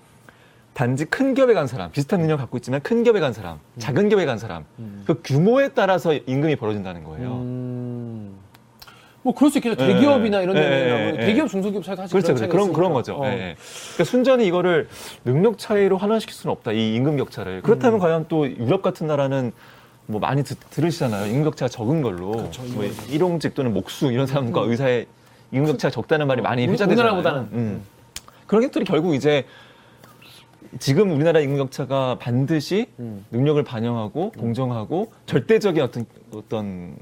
[SPEAKER 3] 단지 큰 기업에 간 사람 비슷한 능력 을 갖고 있지만 큰 기업에 간 사람 작은 기업에 간 사람 그 규모에 따라서 임금이 벌어진다는 거예요.
[SPEAKER 1] 음. 뭐 그럴 수 있겠죠.
[SPEAKER 3] 예,
[SPEAKER 1] 대기업이나 이런
[SPEAKER 3] 예,
[SPEAKER 1] 데는
[SPEAKER 3] 예, 예.
[SPEAKER 1] 대기업 중소기업 차이 사실
[SPEAKER 3] 그렇죠,
[SPEAKER 1] 그런
[SPEAKER 3] 그렇죠.
[SPEAKER 1] 차이가
[SPEAKER 3] 그런 그런
[SPEAKER 1] 있으니까.
[SPEAKER 3] 거죠.
[SPEAKER 1] 어.
[SPEAKER 3] 예, 예. 그러니까 순전히 이거를 능력 차이로 환원시킬 수는 없다. 이 임금 격차를.
[SPEAKER 1] 음.
[SPEAKER 3] 그렇다면 과연 또 유럽 같은 나라는 뭐 많이 듣, 들으시잖아요. 임금 격차가 적은 걸로.
[SPEAKER 1] 그렇죠.
[SPEAKER 3] 뭐 일용직 또는 목수 이런 사람과 의사의 임금 격차가 적다는 말이
[SPEAKER 1] 음.
[SPEAKER 3] 많이
[SPEAKER 1] 어, 우리-
[SPEAKER 3] 회자되잖아요.
[SPEAKER 1] 우리나라보다는.
[SPEAKER 3] 음. 그런 것들이 결국 이제 지금 우리나라 임금 격차가 반드시
[SPEAKER 1] 음.
[SPEAKER 3] 능력을 반영하고 공정하고 절대적인 어떤 어떤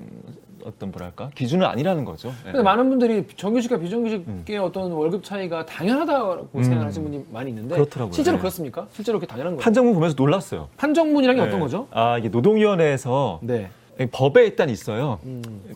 [SPEAKER 3] 어떤 뭐랄까 기준은 아니라는 거죠. 예.
[SPEAKER 1] 근데 많은 분들이 정규직과
[SPEAKER 3] 음.
[SPEAKER 1] 비정규직의 어떤 월급 차이가 당연하다고 생각하시는 분이 많이 있는데
[SPEAKER 3] 그렇더라고요.
[SPEAKER 1] 실제로
[SPEAKER 3] 예.
[SPEAKER 1] 그렇습니까? 실제로 그렇게 당연한 거예요?
[SPEAKER 3] 판정문 보면서 놀랐어요.
[SPEAKER 1] 판정문이란 게
[SPEAKER 3] 네.
[SPEAKER 1] 어떤 거죠?
[SPEAKER 3] 아, 이게 노동위원회에서
[SPEAKER 1] 네.
[SPEAKER 3] 법에 일단 있어요.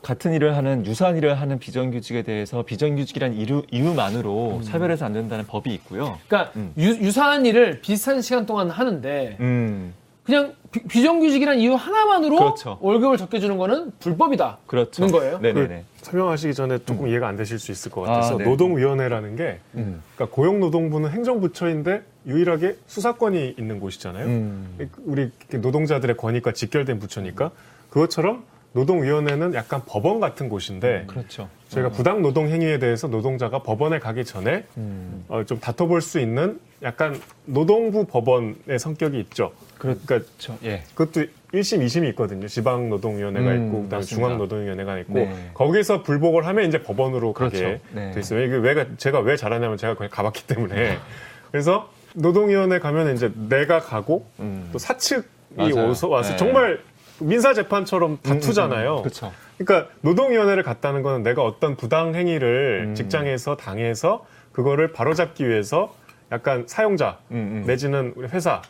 [SPEAKER 3] 같은 일을 하는 유사한 일을 하는 비정규직에 대해서 비정규직이란 이유, 이유만으로 차별해서 안 된다는 법이 있고요.
[SPEAKER 1] 그러니까
[SPEAKER 3] 음.
[SPEAKER 1] 유, 사한 일을 비슷한 시간 동안 하는데
[SPEAKER 3] 음,
[SPEAKER 1] 그냥 비, 정규직이란 이유 하나만으로
[SPEAKER 3] 그렇죠.
[SPEAKER 1] 월급을 적게 주는 거는 불법이다.
[SPEAKER 3] 그렇죠.
[SPEAKER 1] 그런 거예요?
[SPEAKER 2] 그
[SPEAKER 3] 네네네. 음.
[SPEAKER 2] 설명하시기 전에 조금 이해가 안 되실 수 있을 것 같아서
[SPEAKER 3] 아, 네.
[SPEAKER 2] 노동위원회라는 게
[SPEAKER 3] 음.
[SPEAKER 2] 그러니까 고용노동부는 행정부처인데 유일하게 수사권이 있는 곳이잖아요. 그
[SPEAKER 3] 음.
[SPEAKER 2] 우리 노동자들의 권익과 직결된 부처니까 그것처럼 노동위원회는 약간 법원 같은 곳인데
[SPEAKER 3] 그렇죠.
[SPEAKER 2] 저희가 부당 노동 행위에 대해서 노동자가 법원에 가기 전에
[SPEAKER 3] 음.
[SPEAKER 2] 어, 좀 다퉈볼 수 있는 약간 노동부 법원의 성격이 있죠. 그러니까
[SPEAKER 3] 그렇죠. 예.
[SPEAKER 2] 그것도 1심, 2심이 있거든요. 지방노동위원회가
[SPEAKER 3] 음,
[SPEAKER 2] 있고, 그다음에
[SPEAKER 3] 맞습니다.
[SPEAKER 2] 중앙노동위원회가 있고,
[SPEAKER 3] 네.
[SPEAKER 2] 거기서 불복을 하면 이제 법원으로
[SPEAKER 3] 그렇죠.
[SPEAKER 2] 가게
[SPEAKER 3] 네.
[SPEAKER 2] 돼 있어요. 이게 왜, 제가 왜 잘하냐면 제가 그냥 가봤기 때문에. 그래서 노동위원회 가면 이제 내가 가고 또 사측이
[SPEAKER 3] 음. 맞아요.
[SPEAKER 2] 와서 와서
[SPEAKER 3] 네.
[SPEAKER 2] 정말 민사 재판처럼 다투잖아요.
[SPEAKER 3] 그렇죠.
[SPEAKER 2] 그러니까 노동위원회를 갔다는 거는 내가 어떤 부당 행위를
[SPEAKER 3] 음.
[SPEAKER 2] 직장에서 당해서 그거를 바로잡기 위해서 약간 사용자
[SPEAKER 3] 음, 음.
[SPEAKER 2] 내지는 우리 회사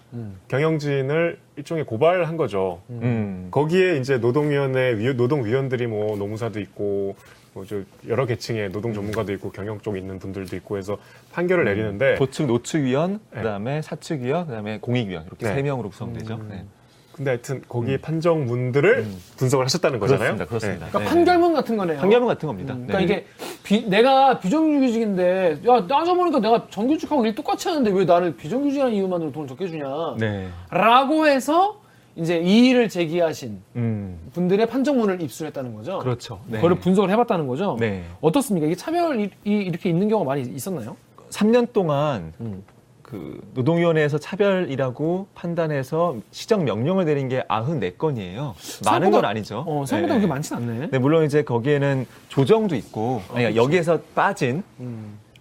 [SPEAKER 2] 경영진을 일종의 고발한 거죠.
[SPEAKER 3] 음.
[SPEAKER 2] 거기에 이제 노동위원회 위- 노동위원들이 뭐 노무사도 있고 뭐저 여러 계층의
[SPEAKER 3] 음.
[SPEAKER 2] 노동 전문가도 있고 경영 쪽에 있는 분들도 있고 해서 판결을 내리는데
[SPEAKER 3] 도측 노측위원,
[SPEAKER 2] 네.
[SPEAKER 3] 그다음에 사측위원, 그다음에 공익위원 이렇게
[SPEAKER 2] 네.
[SPEAKER 3] 세 명으로 구성되죠. 네.
[SPEAKER 2] 근데 하여튼 거기 판정문들을 분석을 하셨다는 거잖아요.
[SPEAKER 3] 음. 그렇습니다. 그렇습니다.
[SPEAKER 2] 네.
[SPEAKER 1] 그러니까
[SPEAKER 3] 네.
[SPEAKER 1] 판결문 같은 거네요.
[SPEAKER 3] 판결문 같은 겁니다.
[SPEAKER 1] 그러니까
[SPEAKER 3] 네.
[SPEAKER 1] 이게 비- 내가 비정규직인데 야 따져보니까 내가 정규직하고 일 똑같이 하는데 왜 나를 비정규직이라는 이유만으로 돈을 적게 주냐
[SPEAKER 3] 네.
[SPEAKER 1] 라고 해서 이제 이의를 제기하신
[SPEAKER 3] 음.
[SPEAKER 1] 분들의 판정문을 입수했다는 거죠
[SPEAKER 3] 그렇죠. 네.
[SPEAKER 1] 그걸 분석을 해봤다는 거죠
[SPEAKER 3] 네.
[SPEAKER 1] 어떻습니까 이게 차별이 이- 이렇게 있는 경우가 많이 있었나요
[SPEAKER 3] 3년 동안
[SPEAKER 1] 음.
[SPEAKER 3] 그 노동위원회에서 차별이라고 판단해서 시정 명령을 내린 게 94건이에요. 많은 건
[SPEAKER 1] 생각보다-
[SPEAKER 3] 아니죠.
[SPEAKER 1] 어 생각보다
[SPEAKER 3] 네.
[SPEAKER 1] 그렇게 많진 않네
[SPEAKER 3] 네, 물론 이제 거기에는 조정도 있고, 아니,
[SPEAKER 1] 그렇죠.
[SPEAKER 3] 여기에서 빠진,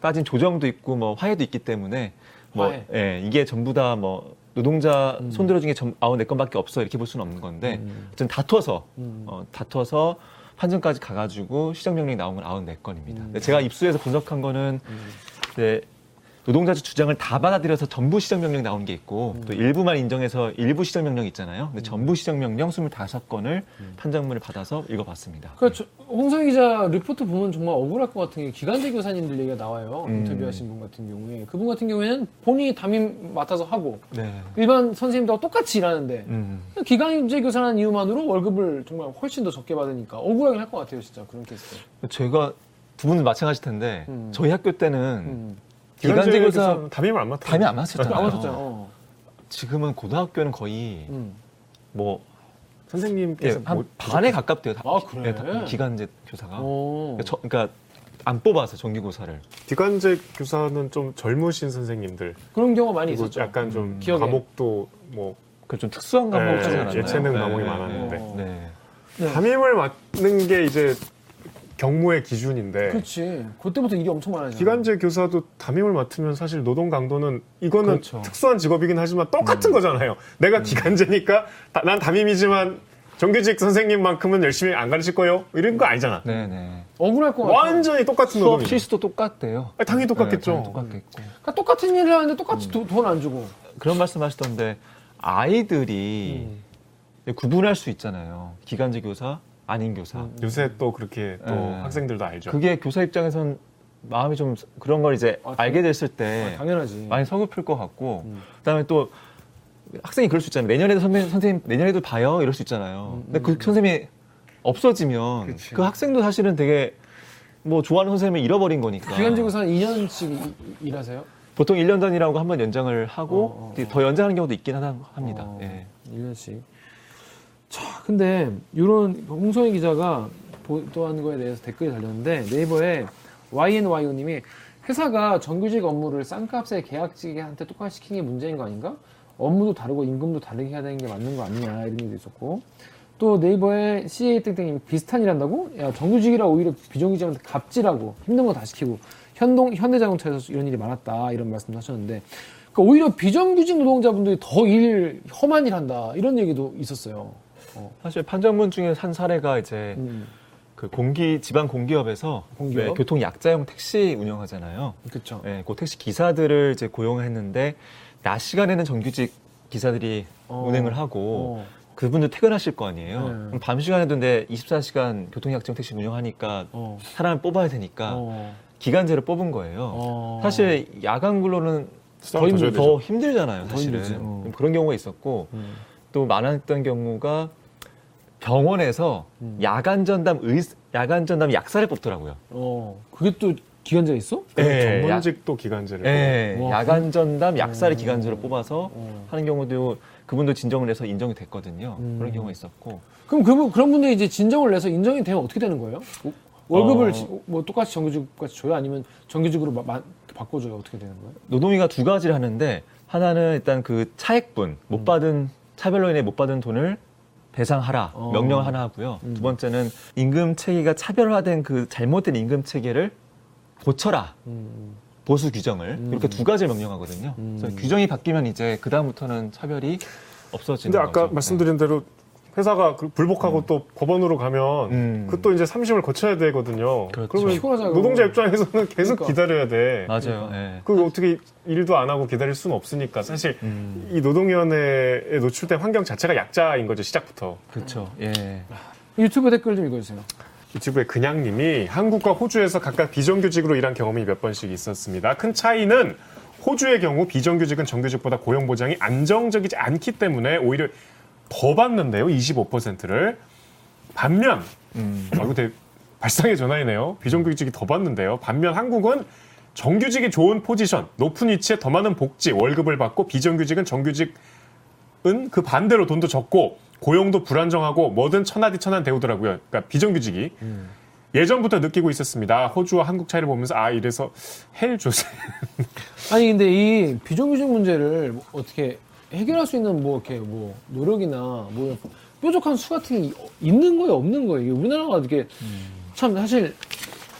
[SPEAKER 3] 빠진 조정도 있고, 뭐, 화해도 있기 때문에, 뭐,
[SPEAKER 1] 음. 화해.
[SPEAKER 3] 예, 이게 전부 다 뭐, 노동자 손들어준 게 전, 아우, 내 건밖에 없어. 이렇게 볼 수는 없는 건데, 좀 다투어서, 어, 다투어서 판정까지 가가지고 시정명령이 나온 건 아우, 내 건입니다. 근데 제가 입수해서 분석한 거는, 이제 노동자주 주장을 다 받아들여서 전부 시정명령 나온 게 있고 또 일부만 인정해서 일부 시정명령 있잖아요. 근데 전부 시정명령 25건을 판정문을 받아서 읽어봤습니다.
[SPEAKER 1] 그러니까 저- 홍성희 기자 리포트 보면 정말 억울할 것 같은 게 기간제 교사님들 얘기가 나와요
[SPEAKER 3] 음.
[SPEAKER 1] 인터뷰하신 분 같은 경우에 그분 같은 경우에는 본인이 담임 맡아서 하고
[SPEAKER 3] 네.
[SPEAKER 1] 일반 선생님들하고 똑같이 일하는데
[SPEAKER 3] 음.
[SPEAKER 1] 기간제 교사라는 이유만으로 월급을 정말 훨씬 더 적게 받으니까 억울하게 할 것 같아요 진짜 그런 케이스
[SPEAKER 3] 제가 두 분은 마찬가지 텐데
[SPEAKER 1] 음.
[SPEAKER 3] 저희 학교 때는
[SPEAKER 1] 음.
[SPEAKER 3] 기간제 교사
[SPEAKER 2] 교사는 예. 담임을 안 맡아.
[SPEAKER 3] 담이 안 맞았잖아요.
[SPEAKER 1] 안 맞았잖아 어.
[SPEAKER 3] 지금은 고등학교는 거의
[SPEAKER 1] 음.
[SPEAKER 3] 뭐 예,
[SPEAKER 2] 선생님께서
[SPEAKER 3] 한
[SPEAKER 2] 뭐-
[SPEAKER 3] 반에 가깝대요. 다-
[SPEAKER 1] 아, 그래?
[SPEAKER 3] 예, 다- 기간제 교사가.
[SPEAKER 1] 어.
[SPEAKER 3] 그러니까, 저- 그러니까 안 뽑아서 정기고사를.
[SPEAKER 2] 기간제 교사는 좀 젊으신 선생님들
[SPEAKER 1] 그런 경우가 많이
[SPEAKER 2] 그리고
[SPEAKER 1] 있었죠
[SPEAKER 2] 약간 좀
[SPEAKER 3] 음,
[SPEAKER 1] 기억에.
[SPEAKER 2] 과목도 뭐
[SPEAKER 3] 그 좀 특수한 과목
[SPEAKER 2] 예,
[SPEAKER 3] 하잖아요.
[SPEAKER 2] 예체능
[SPEAKER 3] 네,
[SPEAKER 2] 과목이
[SPEAKER 3] 네,
[SPEAKER 2] 많았는데.
[SPEAKER 3] 네, 네.
[SPEAKER 1] 네.
[SPEAKER 2] 담임을 맡는 게 이제 경무의 기준인데
[SPEAKER 3] 그렇죠.
[SPEAKER 1] 그렇지 그때부터 일이 엄청 많아요
[SPEAKER 2] 네. 기간제 교사도 담임을 맡으면 사실 노동 강도는 이거는
[SPEAKER 3] 그렇죠. 음.
[SPEAKER 2] 특수한 직업이긴 하지만 똑같은 거잖아요. 내가 기간제니까 다- 난 담임이지만 정규직 선생님만큼은 열심히 안 가르칠 거예요. 이런 거 아니잖아.
[SPEAKER 3] 네, 네.
[SPEAKER 1] 억울할 것 같아
[SPEAKER 2] 완전히 똑같은
[SPEAKER 3] 수업
[SPEAKER 2] 노동이.
[SPEAKER 3] 실수도 똑같대요.
[SPEAKER 2] 아, 당연히 똑같겠죠.
[SPEAKER 3] 네, 당연히 똑같겠고.
[SPEAKER 1] 그러니까 똑같은 일을 하는데 똑같이 돈 안 주고
[SPEAKER 3] 그런 말씀하시던데 아이들이 구분할 수 있잖아요. 기간제 교사, 아닌 교사.
[SPEAKER 2] 요새 또 그렇게 또
[SPEAKER 3] 네.
[SPEAKER 2] 학생들도 알죠.
[SPEAKER 3] 그게 교사 입장에선 마음이 좀 그런 걸 이제
[SPEAKER 1] 아, 당-
[SPEAKER 3] 알게 됐을 때
[SPEAKER 1] 당연하지
[SPEAKER 3] 많이 서글플 것 같고 그다음에 또 학생이 그럴 수 있잖아요. 내년에도 선배, 선생님 내년에도 봐요 이럴 수
[SPEAKER 1] 음,
[SPEAKER 3] 있잖아요. 근데 그 선생님이 없어지면 그 학생도 사실은 되게 뭐 좋아하는 선생님을 잃어버린 거니까.
[SPEAKER 1] 그 기간제 교사는 2년씩 일하세요
[SPEAKER 3] 보통 1년 단위라고 한 번 연장을 하고 더 연장하는 경우도 있긴 하다 합니다.
[SPEAKER 1] 어,
[SPEAKER 3] 예.
[SPEAKER 1] 1년씩. 자, 근데 이런 홍성희 기자가 보도한 거에 대해서 댓글이 달렸는데 네이버에 YNYO님이 회사가 정규직 업무를 쌍값에 계약직한테 똑같이 시키는 게 문제인 거 아닌가? 업무도 다르고 임금도 다르게 해야 되는 게 맞는 거 아니냐 이런 얘기도 있었고 또 네이버에 CA 땡땡님 비슷한 일 한다고? 야 정규직이라 오히려 비정규직한테 갑질하고 힘든 거 다 시키고 현동 현대자동차에서 이런 일이 많았다 이런 말씀도 하셨는데 그러니까 오히려 비정규직 노동자분들이 더 일 험한 일 한다 이런 얘기도 있었어요. 어.
[SPEAKER 3] 사실 판정문 중에 한 사례가 이제
[SPEAKER 1] 음,
[SPEAKER 3] 그 공기 지방 공기업에서
[SPEAKER 1] 공기업?
[SPEAKER 3] 왜 교통 약자형 택시 운영하잖아요.
[SPEAKER 1] 그렇죠.
[SPEAKER 3] 예, 그 택시 기사들을 이제 고용했는데 낮 시간에는 정규직 기사들이
[SPEAKER 1] 어.
[SPEAKER 3] 운행을 하고 그분들 퇴근하실 거 아니에요.
[SPEAKER 1] 네.
[SPEAKER 3] 그럼 밤 시간에도 근데 24시간 교통 약정 택시 운영하니까
[SPEAKER 1] 어.
[SPEAKER 3] 사람을 뽑아야 되니까
[SPEAKER 1] 어.
[SPEAKER 3] 기간제를 뽑은 거예요.
[SPEAKER 1] 어.
[SPEAKER 3] 사실 야간 근로는
[SPEAKER 2] 수당
[SPEAKER 3] 더, 힘,
[SPEAKER 2] 더 줘야
[SPEAKER 3] 더 힘들잖아요,
[SPEAKER 1] 더
[SPEAKER 3] 사실은.
[SPEAKER 1] 힘들지, 어. 음.
[SPEAKER 3] 그런 경우가 있었고, 또 많았던 경우가 병원에서
[SPEAKER 1] 음.
[SPEAKER 3] 야간 전담 의, 야간 전담 약사를 뽑더라고요.
[SPEAKER 1] 어. 그게 또 기간제가 있어?
[SPEAKER 3] 예,
[SPEAKER 2] 그 전문직도 기간제를.
[SPEAKER 3] 예,
[SPEAKER 1] 와. 음.
[SPEAKER 3] 야간 전담 약사를 기간제로 뽑아서
[SPEAKER 1] 어.
[SPEAKER 3] 하는 경우도 그분도 진정을 해서 인정이 됐거든요.
[SPEAKER 1] 음.
[SPEAKER 3] 그런 경우가 있었고.
[SPEAKER 1] 그럼 그, 그런 분들이 이제 진정을 내서 인정이 되면 어떻게 되는 거예요? 오- 월급을
[SPEAKER 3] 어.
[SPEAKER 1] 지- 뭐 똑같이 정규직까지 줘요? 아니면 정규직으로 마- 마- 바꿔줘요? 어떻게 되는 거예요?
[SPEAKER 3] 노동위가 두 가지를 하는데 하나는 일단 그 차액분
[SPEAKER 1] 음.
[SPEAKER 3] 못 받은 차별로 인해 못 받은 돈을 배상하라
[SPEAKER 1] 어.
[SPEAKER 3] 명령 하나 하고요. 두 번째는 임금 체계가 차별화된 그 잘못된 임금 체계를 고쳐라
[SPEAKER 1] 음,
[SPEAKER 3] 보수 규정을 이렇게 두 가지 명령하거든요. 그래서 규정이 바뀌면 이제 그 다음부터는 차별이 없어지는
[SPEAKER 2] 근데 아까
[SPEAKER 3] 거죠.
[SPEAKER 2] 말씀드린 대로 회사가 그 불복하고 또 법원으로 가면
[SPEAKER 3] 음.
[SPEAKER 2] 그것도 이제 삼심을 거쳐야 되거든요.
[SPEAKER 3] 그렇죠.
[SPEAKER 2] 러면
[SPEAKER 1] 피곤하잖아요.
[SPEAKER 2] 노동자 입장에서는 계속
[SPEAKER 1] 그러니까.
[SPEAKER 2] 기다려야 돼.
[SPEAKER 3] 네. 맞아요. 예.
[SPEAKER 2] 그 어떻게 일도 안 하고 기다릴 수는 없으니까 사실
[SPEAKER 3] 음.
[SPEAKER 2] 이 노동위원회에 노출된 환경 자체가 약자인 거죠 시작부터.
[SPEAKER 3] 그렇죠. 예.
[SPEAKER 1] 유튜브 댓글 좀 읽어주세요.
[SPEAKER 2] 유튜브에 그냥님이 한국과 호주에서 각각 비정규직으로 일한 경험이 몇 번씩 있었습니다. 큰 차이는 호주의 경우 비정규직은 정규직보다 고용 보장이 안정적이지 않기 때문에 오히려 더 받는데요, 25%를. 반면, 아, 이거 되게 발상의 전환이네요. 비정규직이 더 받는데요. 반면 한국은 정규직이 좋은 포지션, 높은 위치에 더 많은 복지, 월급을 받고 비정규직은 정규직 은 그 반대로 돈도 적고 고용도 불안정하고 뭐든 천하디천한 대우더라고요. 그러니까 비정규직이 예전부터 느끼고 있었습니다. 호주와 한국 차이를 보면서 아 이래서 헬 조세
[SPEAKER 1] 아니 근데 이 비정규직 문제를 뭐 어떻게 해결할 수 있는 뭐 이렇게 뭐 노력이나 뭐 뾰족한 수 같은 게 이- 있는 거예요 없는 거예요 이게 우리나라가 이렇게 참 사실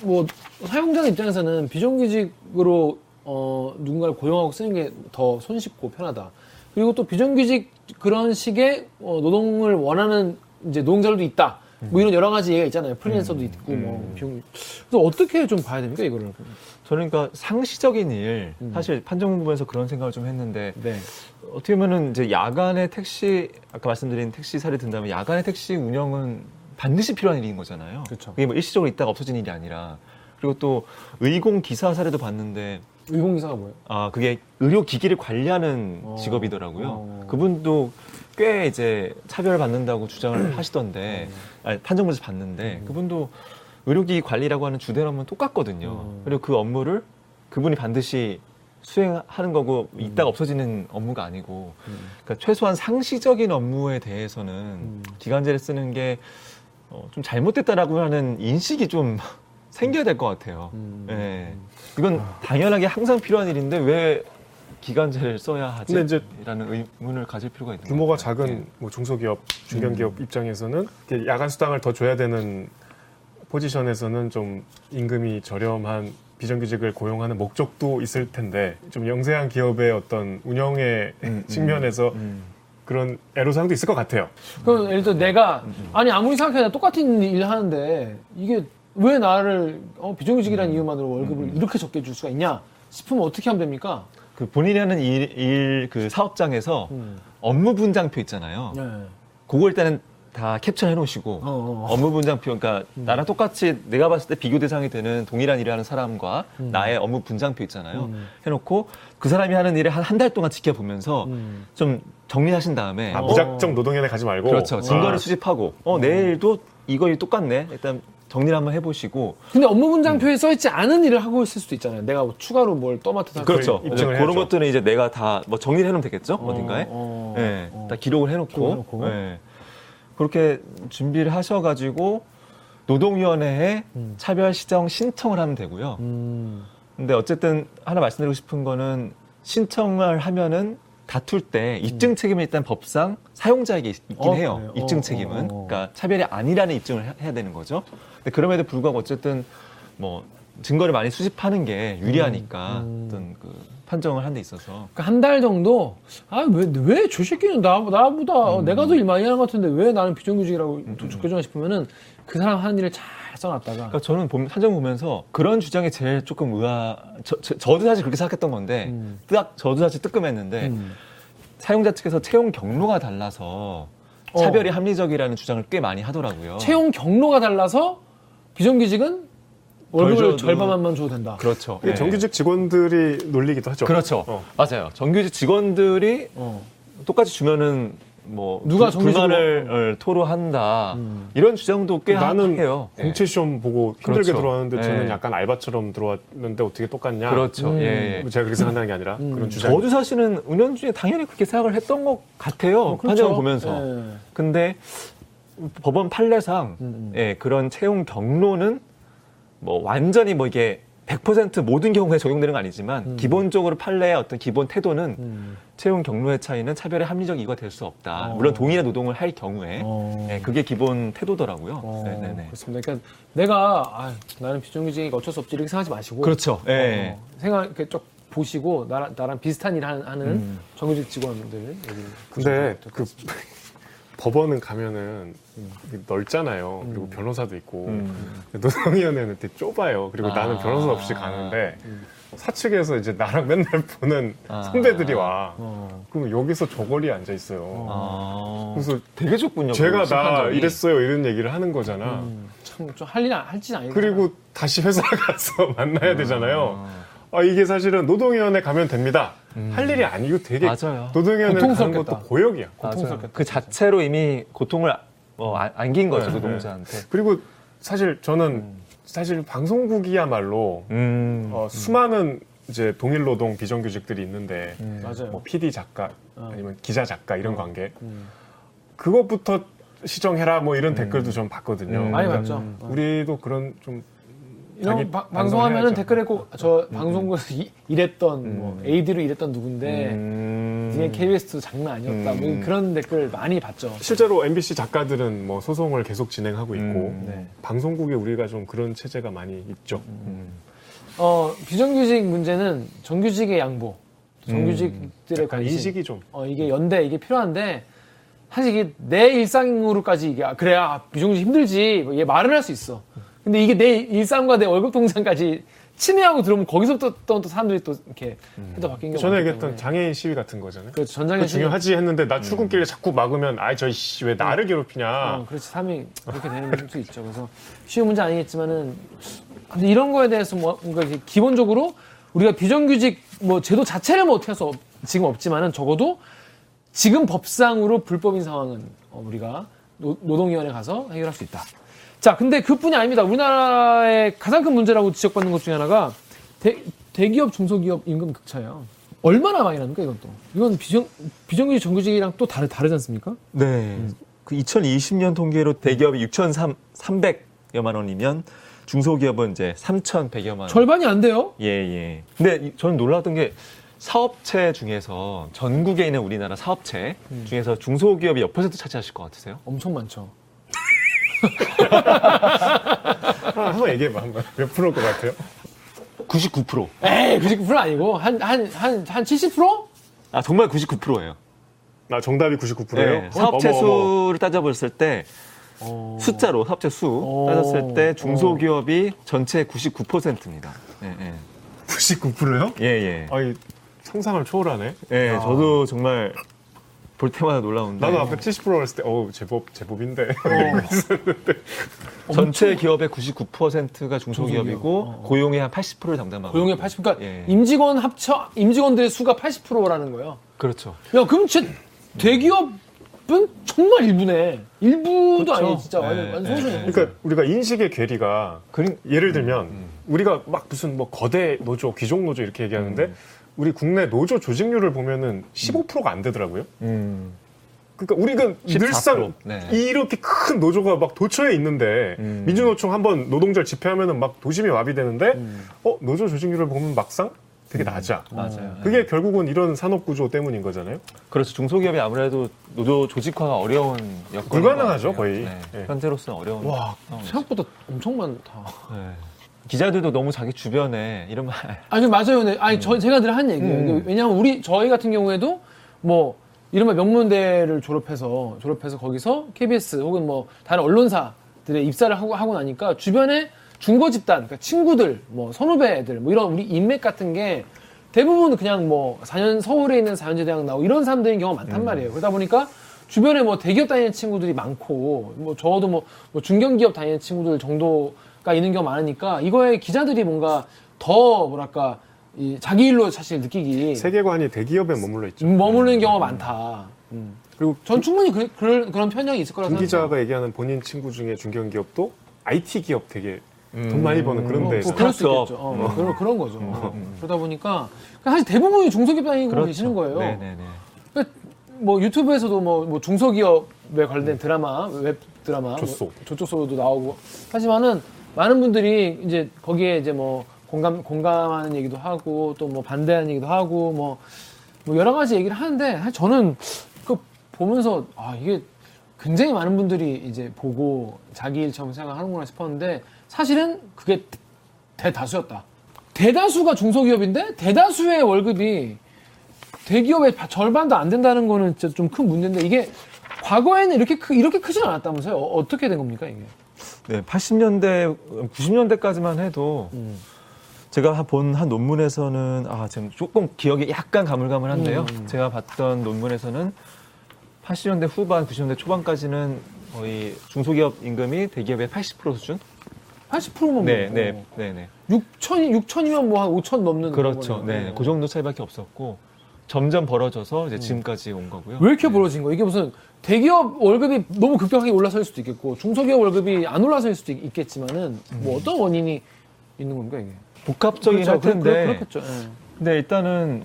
[SPEAKER 1] 뭐 사용자 입장에서는 비정규직으로 어 누군가를 고용하고 쓰는 게 더 손쉽고 편하다 그리고 또 비정규직 그런 식의 어, 노동을 원하는 이제 노동자들도 있다 뭐 이런 여러 가지 얘기가 있잖아요 프리랜서도 있고 뭐 비용 그래서 어떻게 좀 봐야 됩니까 이거를
[SPEAKER 3] 저는 그러니까 상시적인 일 사실 판정 부분에서 그런 생각을 좀 했는데
[SPEAKER 1] 네
[SPEAKER 3] 어떻게 보면은 이제 야간에 택시 아까 말씀드린 택시 사례 든다면 야간에 택시 운영은 반드시 필요한 일인 거잖아요.
[SPEAKER 1] 그쵸.
[SPEAKER 3] 게뭐 일시적으로 있다가 없어진 일이 아니라 그리고 또 의공 기사 사례도 봤는데
[SPEAKER 1] 의공기사가 뭐예요?
[SPEAKER 3] 아 그게 의료 기기를 관리하는
[SPEAKER 1] 어.
[SPEAKER 3] 직업이더라고요.
[SPEAKER 1] 어.
[SPEAKER 3] 그분도 꽤 이제 차별을 받는다고
[SPEAKER 1] 음.
[SPEAKER 3] 주장을 하시던데
[SPEAKER 1] 어.
[SPEAKER 3] 아니, 판정문에서 봤는데 그분도 의료기기 관리라고 하는 주대라면 똑같거든요.
[SPEAKER 1] 음.
[SPEAKER 3] 그리고 그 업무를 그분이 반드시 수행하는 거고
[SPEAKER 1] 음.
[SPEAKER 3] 있다가 없어지는 업무가 아니고 그러니까 최소한 상시적인 업무에 대해서는
[SPEAKER 2] 음.
[SPEAKER 3] 기간제를 쓰는 게 어, 좀 잘못됐다라고 하는 인식이 좀 생겨야 될 것 같아요.
[SPEAKER 1] 음.
[SPEAKER 3] 예. 이건
[SPEAKER 2] 아.
[SPEAKER 3] 당연하게 항상 필요한 일인데 왜 기간제를 써야 하지?
[SPEAKER 2] 근데 이제
[SPEAKER 3] 라는 의문을 가질 필요가 있는
[SPEAKER 2] 규모가
[SPEAKER 3] 것 같아요.
[SPEAKER 2] 작은 뭐 중소기업 중견기업 입장에서는 이렇게 야간 수당을 더 줘야 되는 포지션에서는 좀 임금이 저렴한 비정규직을 고용하는 목적도 있을 텐데 좀 영세한 기업의 어떤 운영의 측면에서 그런 애로사항도 있을 것 같아요.
[SPEAKER 1] 그럼 예를 들어 내가 아니 아무리 생각해도 똑같은 일 하는데 이게 왜 나를 어,
[SPEAKER 3] 음.
[SPEAKER 1] 비정규직이라는 이유만으로 월급을 이렇게 적게 줄 수가 있냐 싶으면 어떻게 하면 됩니까?
[SPEAKER 3] 그 본인이 하는 일, 일, 그 사업장에서
[SPEAKER 1] 음.
[SPEAKER 3] 업무 분장표 있잖아요.
[SPEAKER 1] 네.
[SPEAKER 3] 그거 일단은 다 캡처해 놓으시고
[SPEAKER 1] 어, 어.
[SPEAKER 3] 업무 분장표 그러니까 나랑 똑같이 내가 봤을 때 비교 대상이 되는 동일한 일을 하는 사람과 나의 업무 분장표 있잖아요 해놓고 그 사람이 하는 일을 한 한 달 동안 지켜보면서
[SPEAKER 1] 음.
[SPEAKER 3] 좀 정리하신 다음에
[SPEAKER 2] 아,
[SPEAKER 3] 어,
[SPEAKER 2] 무작정 노동연에 가지 말고
[SPEAKER 3] 그렇죠 증거를
[SPEAKER 2] 아,
[SPEAKER 3] 수집하고 어 내일도 이거 일 똑같네 일단 정리를 한번 해보시고
[SPEAKER 2] 아,
[SPEAKER 1] 근데 업무
[SPEAKER 3] 음.
[SPEAKER 1] 분장표에 써있지 않은 일을 하고 있을 수도 있잖아요. 내가 뭐 추가로 뭘 떠맡아서 할
[SPEAKER 3] 그렇죠
[SPEAKER 2] 거의
[SPEAKER 3] 이제
[SPEAKER 2] 입증을
[SPEAKER 3] 그런
[SPEAKER 2] 해야죠.
[SPEAKER 3] 것들은 이제 내가 다 뭐 정리를 해놓으면 되겠죠 어, 딘가에
[SPEAKER 1] 어,
[SPEAKER 3] 예,
[SPEAKER 1] 어.
[SPEAKER 3] 다 기록을 해놓고,
[SPEAKER 1] 기록해놓고.
[SPEAKER 3] 예. 그렇게 준비를 하셔가지고 노동위원회에 차별 시정 신청을 하면 되고요.
[SPEAKER 1] 음.
[SPEAKER 3] 근데 어쨌든 하나 말씀드리고 싶은 거는 신청을 하면은 다툴 때 입증 책임은 일단 법상 사용자에게 있- 있긴
[SPEAKER 1] 음. 어,
[SPEAKER 3] 해요.
[SPEAKER 1] 그래요? 어,
[SPEAKER 3] 입증 책임은
[SPEAKER 1] 어, 어.
[SPEAKER 3] 그러니까 차별이 아니라는 입증을 해- 해야 되는 거죠. 근데 그럼에도 불구하고 어쨌든 뭐 증거를 많이 수집하는 게
[SPEAKER 1] 음,
[SPEAKER 3] 유리하니까 어떤 그 판정을 한 데 있어서
[SPEAKER 1] 한 달 정도 아왜왜 저 새끼는 나, 나보다
[SPEAKER 3] 음.
[SPEAKER 1] 어, 내가 더 일 많이 하는 것 같은데 왜 나는 비정규직이라고 적혀주나 싶으면은 그 사람 하는 일을 잘 써놨다가
[SPEAKER 3] 그러니까 저는 보면, 사정 보면서 그런 주장이 제일 조금 의아. 저, 도 사실 그렇게 생각했던 건데,
[SPEAKER 2] 음.
[SPEAKER 3] 뜨악, 저도 사실 뜨끔했는데,
[SPEAKER 1] 음.
[SPEAKER 3] 사용자 측에서 채용 경로가 달라서
[SPEAKER 2] 어.
[SPEAKER 3] 차별이 합리적이라는 주장을 꽤 많이 하더라고요.
[SPEAKER 1] 어. 채용 경로가 달라서 비정규직은 월급을
[SPEAKER 3] 줘도-
[SPEAKER 1] 절반만 줘도 된다.
[SPEAKER 3] 그렇죠.
[SPEAKER 2] 이게
[SPEAKER 3] 예.
[SPEAKER 2] 정규직 직원들이 놀리기도 하죠.
[SPEAKER 3] 그렇죠.
[SPEAKER 2] 어.
[SPEAKER 3] 맞아요. 정규직 직원들이
[SPEAKER 1] 어.
[SPEAKER 3] 똑같이 주면은 뭐
[SPEAKER 1] 누가
[SPEAKER 3] 불- 불만을 어, 토로한다 이런 주장도 꽤
[SPEAKER 2] 음. 나는
[SPEAKER 3] 해요. 예.
[SPEAKER 2] 공채 시험 보고 힘들게
[SPEAKER 3] 그렇죠.
[SPEAKER 2] 들어왔는데 저는
[SPEAKER 3] 예.
[SPEAKER 2] 약간 알바처럼 들어왔는데 어떻게 똑같냐?
[SPEAKER 3] 그렇죠. 예, 예.
[SPEAKER 2] 제가 그렇게 생각하는 게 아니라 그런 음. 주장.
[SPEAKER 3] 음. 저도 사실은 은연중에 당연히 그렇게 생각을 했던 것 같아요. 어,
[SPEAKER 2] 어, 그렇죠.
[SPEAKER 3] 판정을 보면서.
[SPEAKER 1] 어, 그렇죠. 예.
[SPEAKER 3] 근데 법원 판례상
[SPEAKER 1] 음, 음.
[SPEAKER 3] 예, 그런 채용 경로는 뭐 완전히 뭐 이게 100% 모든 경우에 적용되는 건 아니지만 기본적으로 판례의 어떤 기본 태도는 채용 경로의 차이는 차별의 합리적 이유가 될 수 없다. 물론 동일한 노동을 할 경우에
[SPEAKER 1] 어.
[SPEAKER 3] 네, 그게 기본 태도더라고요.
[SPEAKER 1] 어,
[SPEAKER 3] 네네네.
[SPEAKER 1] 그렇습니다. 그러니까 내가 아, 나는 비정규직이니까 어쩔 수 없지 이렇게 생각하지 마시고
[SPEAKER 3] 그렇죠.
[SPEAKER 1] 어,
[SPEAKER 3] 예.
[SPEAKER 1] 생각 이렇게 쭉 보시고 나랑, 나랑 비슷한 일 하는, 하는
[SPEAKER 3] 음.
[SPEAKER 1] 정규직 직원들 얘기를
[SPEAKER 2] 근데
[SPEAKER 3] 네.
[SPEAKER 2] 그 법원은 가면은 이게 넓잖아요. 그리고
[SPEAKER 3] 음.
[SPEAKER 2] 변호사도 있고 노동위원회는 되게 좁아요. 그리고
[SPEAKER 3] 아. 음.
[SPEAKER 2] 나는 변호사 없이 가는데 사측에서 이제 나랑 맨날 보는
[SPEAKER 3] 아.
[SPEAKER 2] 선배들이 와.
[SPEAKER 3] 어.
[SPEAKER 2] 그럼 여기서 저걸리 앉아 있어요.
[SPEAKER 3] 아.
[SPEAKER 2] 그래서
[SPEAKER 3] 되게 좋군요.
[SPEAKER 2] 제가
[SPEAKER 3] 그 심판점이.
[SPEAKER 2] 나 이랬어요 이런 얘기를 하는 거잖아.
[SPEAKER 3] 음.
[SPEAKER 1] 참좀할일 할지 아니
[SPEAKER 2] 그리고 다시 회사 가서 만나야 되잖아요. 아 이게 사실은 노동위원회 가면 됩니다. 할 일이 아니고 되게
[SPEAKER 3] 맞아요.
[SPEAKER 2] 노동위원회 가는
[SPEAKER 1] 음. 고통스럽겠다.
[SPEAKER 2] 것도 고역이야.
[SPEAKER 3] 맞아요. 그 자체로 이미 고통을 어, 안- 안긴 거죠
[SPEAKER 2] 네,
[SPEAKER 3] 노동자한테.
[SPEAKER 2] 그리고 사실 저는
[SPEAKER 1] 음.
[SPEAKER 2] 사실 방송국이야말로
[SPEAKER 3] 음.
[SPEAKER 2] 어, 수많은 이제 동일 노동 비정규직들이 있는데
[SPEAKER 1] 음. 맞아요. 어.
[SPEAKER 2] 뭐 PD 작가 아니면 기자 작가 이런 관계
[SPEAKER 1] 음.
[SPEAKER 2] 그것부터 시정해라 뭐 이런 댓글도 좀 봤거든요.
[SPEAKER 3] 음.
[SPEAKER 1] 많이
[SPEAKER 2] 그러니까
[SPEAKER 1] 봤죠.
[SPEAKER 2] 우리도 그런 좀
[SPEAKER 1] 이런
[SPEAKER 2] 자기
[SPEAKER 1] 바-
[SPEAKER 2] 방송을
[SPEAKER 1] 방송하면은
[SPEAKER 2] 해야죠. 음.
[SPEAKER 1] 댓글에 꼭 저 방송국에서 이- 일했던 뭐 AD로 일했던 누군데
[SPEAKER 3] 음.
[SPEAKER 1] 뒤에 KBS도 장난 아니었다
[SPEAKER 2] 음.
[SPEAKER 1] 뭐 그런 댓글 많이 봤죠.
[SPEAKER 2] 실제로 MBC 작가들은 뭐 소송을 계속 진행하고 있고
[SPEAKER 3] 음.
[SPEAKER 1] 네.
[SPEAKER 2] 방송국에 우리가 좀 그런 체제가 많이 있죠.
[SPEAKER 3] 음.
[SPEAKER 1] 어 비정규직 문제는 정규직의 양보, 정규직들의
[SPEAKER 2] 음. 약간
[SPEAKER 1] 관심.
[SPEAKER 2] 인식이 좀
[SPEAKER 1] 어, 이게 연대, 이게 필요한데, 사실 이게 내 일상으로까지 이게, 아, 그래야 아, 비정규직 힘들지, 뭐얘 말을 할 수 있어. 근데 이게 내 일상과 내 월급 동상까지 침해하고 들어오면 거기서부터 또, 또 사람들이 또 이렇게 해도 바뀐 경우가.
[SPEAKER 2] 음. 전에
[SPEAKER 1] 많기
[SPEAKER 2] 얘기했던
[SPEAKER 1] 때문에.
[SPEAKER 2] 장애인 시위 같은 거잖아요.
[SPEAKER 1] 그렇죠. 전장에
[SPEAKER 2] 그거 중요하지 했는데
[SPEAKER 3] 음.
[SPEAKER 2] 나 출근길에 자꾸 막으면 아이 저씨 왜 나를 괴롭히냐.
[SPEAKER 1] 어, 그렇지. 삶이 그렇게 되는 것도 있죠. 그래서 쉬운 문제 아니겠지만은 근데 이런 거에 대해서 뭐 뭔가 이렇게 기본적으로 우리가 비정규직 뭐 제도 자체를 뭐 어떻게 해서 없- 지금 없지만은 적어도 지금 법상으로 불법인 상황은 어, 우리가 노, 노동위원회 가서 해결할 수 있다. 자, 근데 그뿐이 아닙니다. 우리나라의 가장 큰 문제라고 지적받는 것 중에 하나가 대, 대기업 중소기업 임금 극차예요. 얼마나 많이 납니까 이건 또? 이건 비정 비정규직 정규직이랑 또 다르 다르지 않습니까?
[SPEAKER 3] 네. 그 2020년 통계로 대기업이 6,300여만 원이면 중소기업은 이제 3,100여만 원.
[SPEAKER 1] 절반이 안 돼요.
[SPEAKER 3] 예, 예. 근데 이- 저는 놀랐던 게 사업체 중에서 전국에 있는 우리나라 사업체 중에서 중소기업이 몇 퍼센트 차지하실 것 같으세요?
[SPEAKER 1] 엄청 많죠.
[SPEAKER 2] 아, 한번 얘기해봐. 한번. 몇 프로일 것 같아요?
[SPEAKER 3] 99%.
[SPEAKER 1] 에이, 99% 아니고, 한, 한, 한, 한 70%?
[SPEAKER 3] 아, 정말 99%예요. 네.
[SPEAKER 2] 나 정답이 99%예요.
[SPEAKER 3] 사업체 수를 따져봤을 때 숫자로 사업체 수 따졌을 때 중소기업이 전체 99%입니다. 예, 예.
[SPEAKER 2] 99%요?
[SPEAKER 3] 예, 예.
[SPEAKER 2] 아니 상상을 초월하네.
[SPEAKER 3] 예, 저도 정말 볼 때마다 놀라운데.
[SPEAKER 2] 나도 아까 70% 했을 때 어우 제법 제법인데.
[SPEAKER 1] 어.
[SPEAKER 3] 전체 기업의 99%가 중소기업이고 고용의 한 80%를 담당하고.
[SPEAKER 1] 고용의
[SPEAKER 3] 있고.
[SPEAKER 1] 80%. 그러니까,
[SPEAKER 3] 예.
[SPEAKER 1] 임직원 합쳐, 임직원들의 수가 80%라는 거예요.
[SPEAKER 3] 그렇죠.
[SPEAKER 1] 야, 그럼 진 대기업은 정말 일부네. 일부도 아니에요, 진짜.
[SPEAKER 3] 예,
[SPEAKER 1] 완전, 완전
[SPEAKER 3] 예,
[SPEAKER 1] 소수네.
[SPEAKER 2] 그러니까 우리가 인식의 괴리가 예를 들면
[SPEAKER 3] 음,
[SPEAKER 2] 우리가 막 무슨 뭐 거대 노조, 귀족 노조 이렇게 얘기하는데
[SPEAKER 3] 음.
[SPEAKER 2] 우리 국내 노조 조직률을 보면은 15%가 안 되더라고요.
[SPEAKER 3] 음.
[SPEAKER 2] 그러니까 우리가
[SPEAKER 3] 14%.
[SPEAKER 2] 늘상
[SPEAKER 3] 네.
[SPEAKER 2] 이렇게 큰 노조가 막 도처에 있는데
[SPEAKER 3] 음.
[SPEAKER 2] 민주노총 한번 노동절 집회하면은 막 도심이 와비되는데 어 노조 조직률을 보면 막상 되게 낮아.
[SPEAKER 3] 음. 맞아요. 네.
[SPEAKER 2] 그게 결국은 이런 산업 구조 때문인 거잖아요.
[SPEAKER 3] 그렇죠. 중소기업이 아무래도 노조 조직화가 어려운 여건.
[SPEAKER 2] 불가능하죠, 거의. 예.
[SPEAKER 3] 네. 현재로서는 어려운.
[SPEAKER 2] 와,
[SPEAKER 3] 상황이죠.
[SPEAKER 1] 생각보다 엄청 많다.
[SPEAKER 3] 네. 기자들도 너무 자기 주변에 이런 말.
[SPEAKER 1] 아니, 맞아요. 네. 아니, 저, 제가 늘 한 얘기예요. 근데 왜냐하면 우리, 저희 같은 경우에도 뭐, 이른바 명문대를 졸업해서, 졸업해서 거기서 KBS 혹은 뭐, 다른 언론사들의 입사를 하고, 하고 나니까 주변에 중고 집단, 그러니까 친구들, 뭐, 선후배들, 뭐, 이런 우리 인맥 같은 게 대부분 그냥 뭐, 4년, 서울에 있는 4년제 대학 나오고 이런 사람들인 경우가
[SPEAKER 2] 음.
[SPEAKER 1] 많단 말이에요. 그러다 보니까 주변에 뭐 대기업 다니는 친구들이 많고 뭐 저도 뭐, 뭐 중견기업 다니는 친구들 정도가 있는 경우 가 많으니까 이거에 기자들이 뭔가 더 뭐랄까 이 자기 일로 사실 느끼기
[SPEAKER 3] 네.
[SPEAKER 2] 세계관이 대기업에 머물러 있죠.
[SPEAKER 1] 좀 머무르는 경우가 많다. 음.
[SPEAKER 2] 음. 그리고
[SPEAKER 1] 전 충분히 그, 그럴- 그런 편향이 있을 거라고 생각해요. 뭐
[SPEAKER 2] 김 기자가 얘기하는 본인 친구 중에 중견기업도 IT 기업 되게 돈 많이 버는 그런
[SPEAKER 1] 어,
[SPEAKER 2] 데에 음.
[SPEAKER 1] 뭐
[SPEAKER 2] 서
[SPEAKER 1] 그럴 수
[SPEAKER 3] 스타트업.
[SPEAKER 1] 있겠죠. 어, 그런, 그런 거죠. 어, 그러다 보니까 사실 대부분이 중소기업 다니고 계시는 거예요.
[SPEAKER 3] 네네네.
[SPEAKER 1] 뭐 유튜브에서도 뭐, 뭐 중소기업에 관련된 드라마, 웹 드라마,
[SPEAKER 2] 조소.
[SPEAKER 1] 뭐 조조소도 나오고 하지만은 많은 분들이 이제 거기에 이제 뭐 공감 공감하는 얘기도 하고 또 뭐 반대하는 얘기도 하고 뭐, 뭐 여러 가지 얘기를 하는데 사실 저는 그 보면서 아 이게 굉장히 많은 분들이 이제 보고 자기 일처럼 생각하는구나 싶었는데 사실은 그게 대다수였다. 대다수가 중소기업인데 대다수의 월급이 대기업의 바- 절반도 안 된다는 거는 진짜 좀 큰 문제인데 이게 과거에는 이렇게 크, 이렇게 크진 않았다면서요? 어, 떻게된 겁니까 이게?
[SPEAKER 3] 네, 80년대, 90년대까지만 해도
[SPEAKER 1] 음.
[SPEAKER 3] 제가 본 한 논문에서는 아 지금 조금 기억이 약간 가물가물한데요.
[SPEAKER 1] 음.
[SPEAKER 3] 제가 봤던 논문에서는 80년대 후반, 90년대 초반까지는 거의 중소기업 임금이 대기업의 80% 수준.
[SPEAKER 1] 80%면 뭐,
[SPEAKER 3] 네, 네, 네, 네.
[SPEAKER 1] 6천 6천이면 뭐 한 5천 넘는
[SPEAKER 3] 그렇죠.
[SPEAKER 1] 거거든요.
[SPEAKER 3] 네, 그 정도 차이밖에 없었고 점점 벌어져서 이제 지금까지 온 거고요.
[SPEAKER 1] 왜 이렇게 벌어진 거예요? 이게 무슨 대기업 월급이 너무 급격하게 올라서일 수도 있겠고 중소기업 월급이 안 올라서일 수도 있- 있겠지만은 뭐 어떤 원인이 있는 겁니까 이게?
[SPEAKER 3] 복합적인 음. 할
[SPEAKER 1] 그렇-
[SPEAKER 3] 텐데. 음.
[SPEAKER 1] 그렇, 겠죠 예.
[SPEAKER 3] 근데 일단은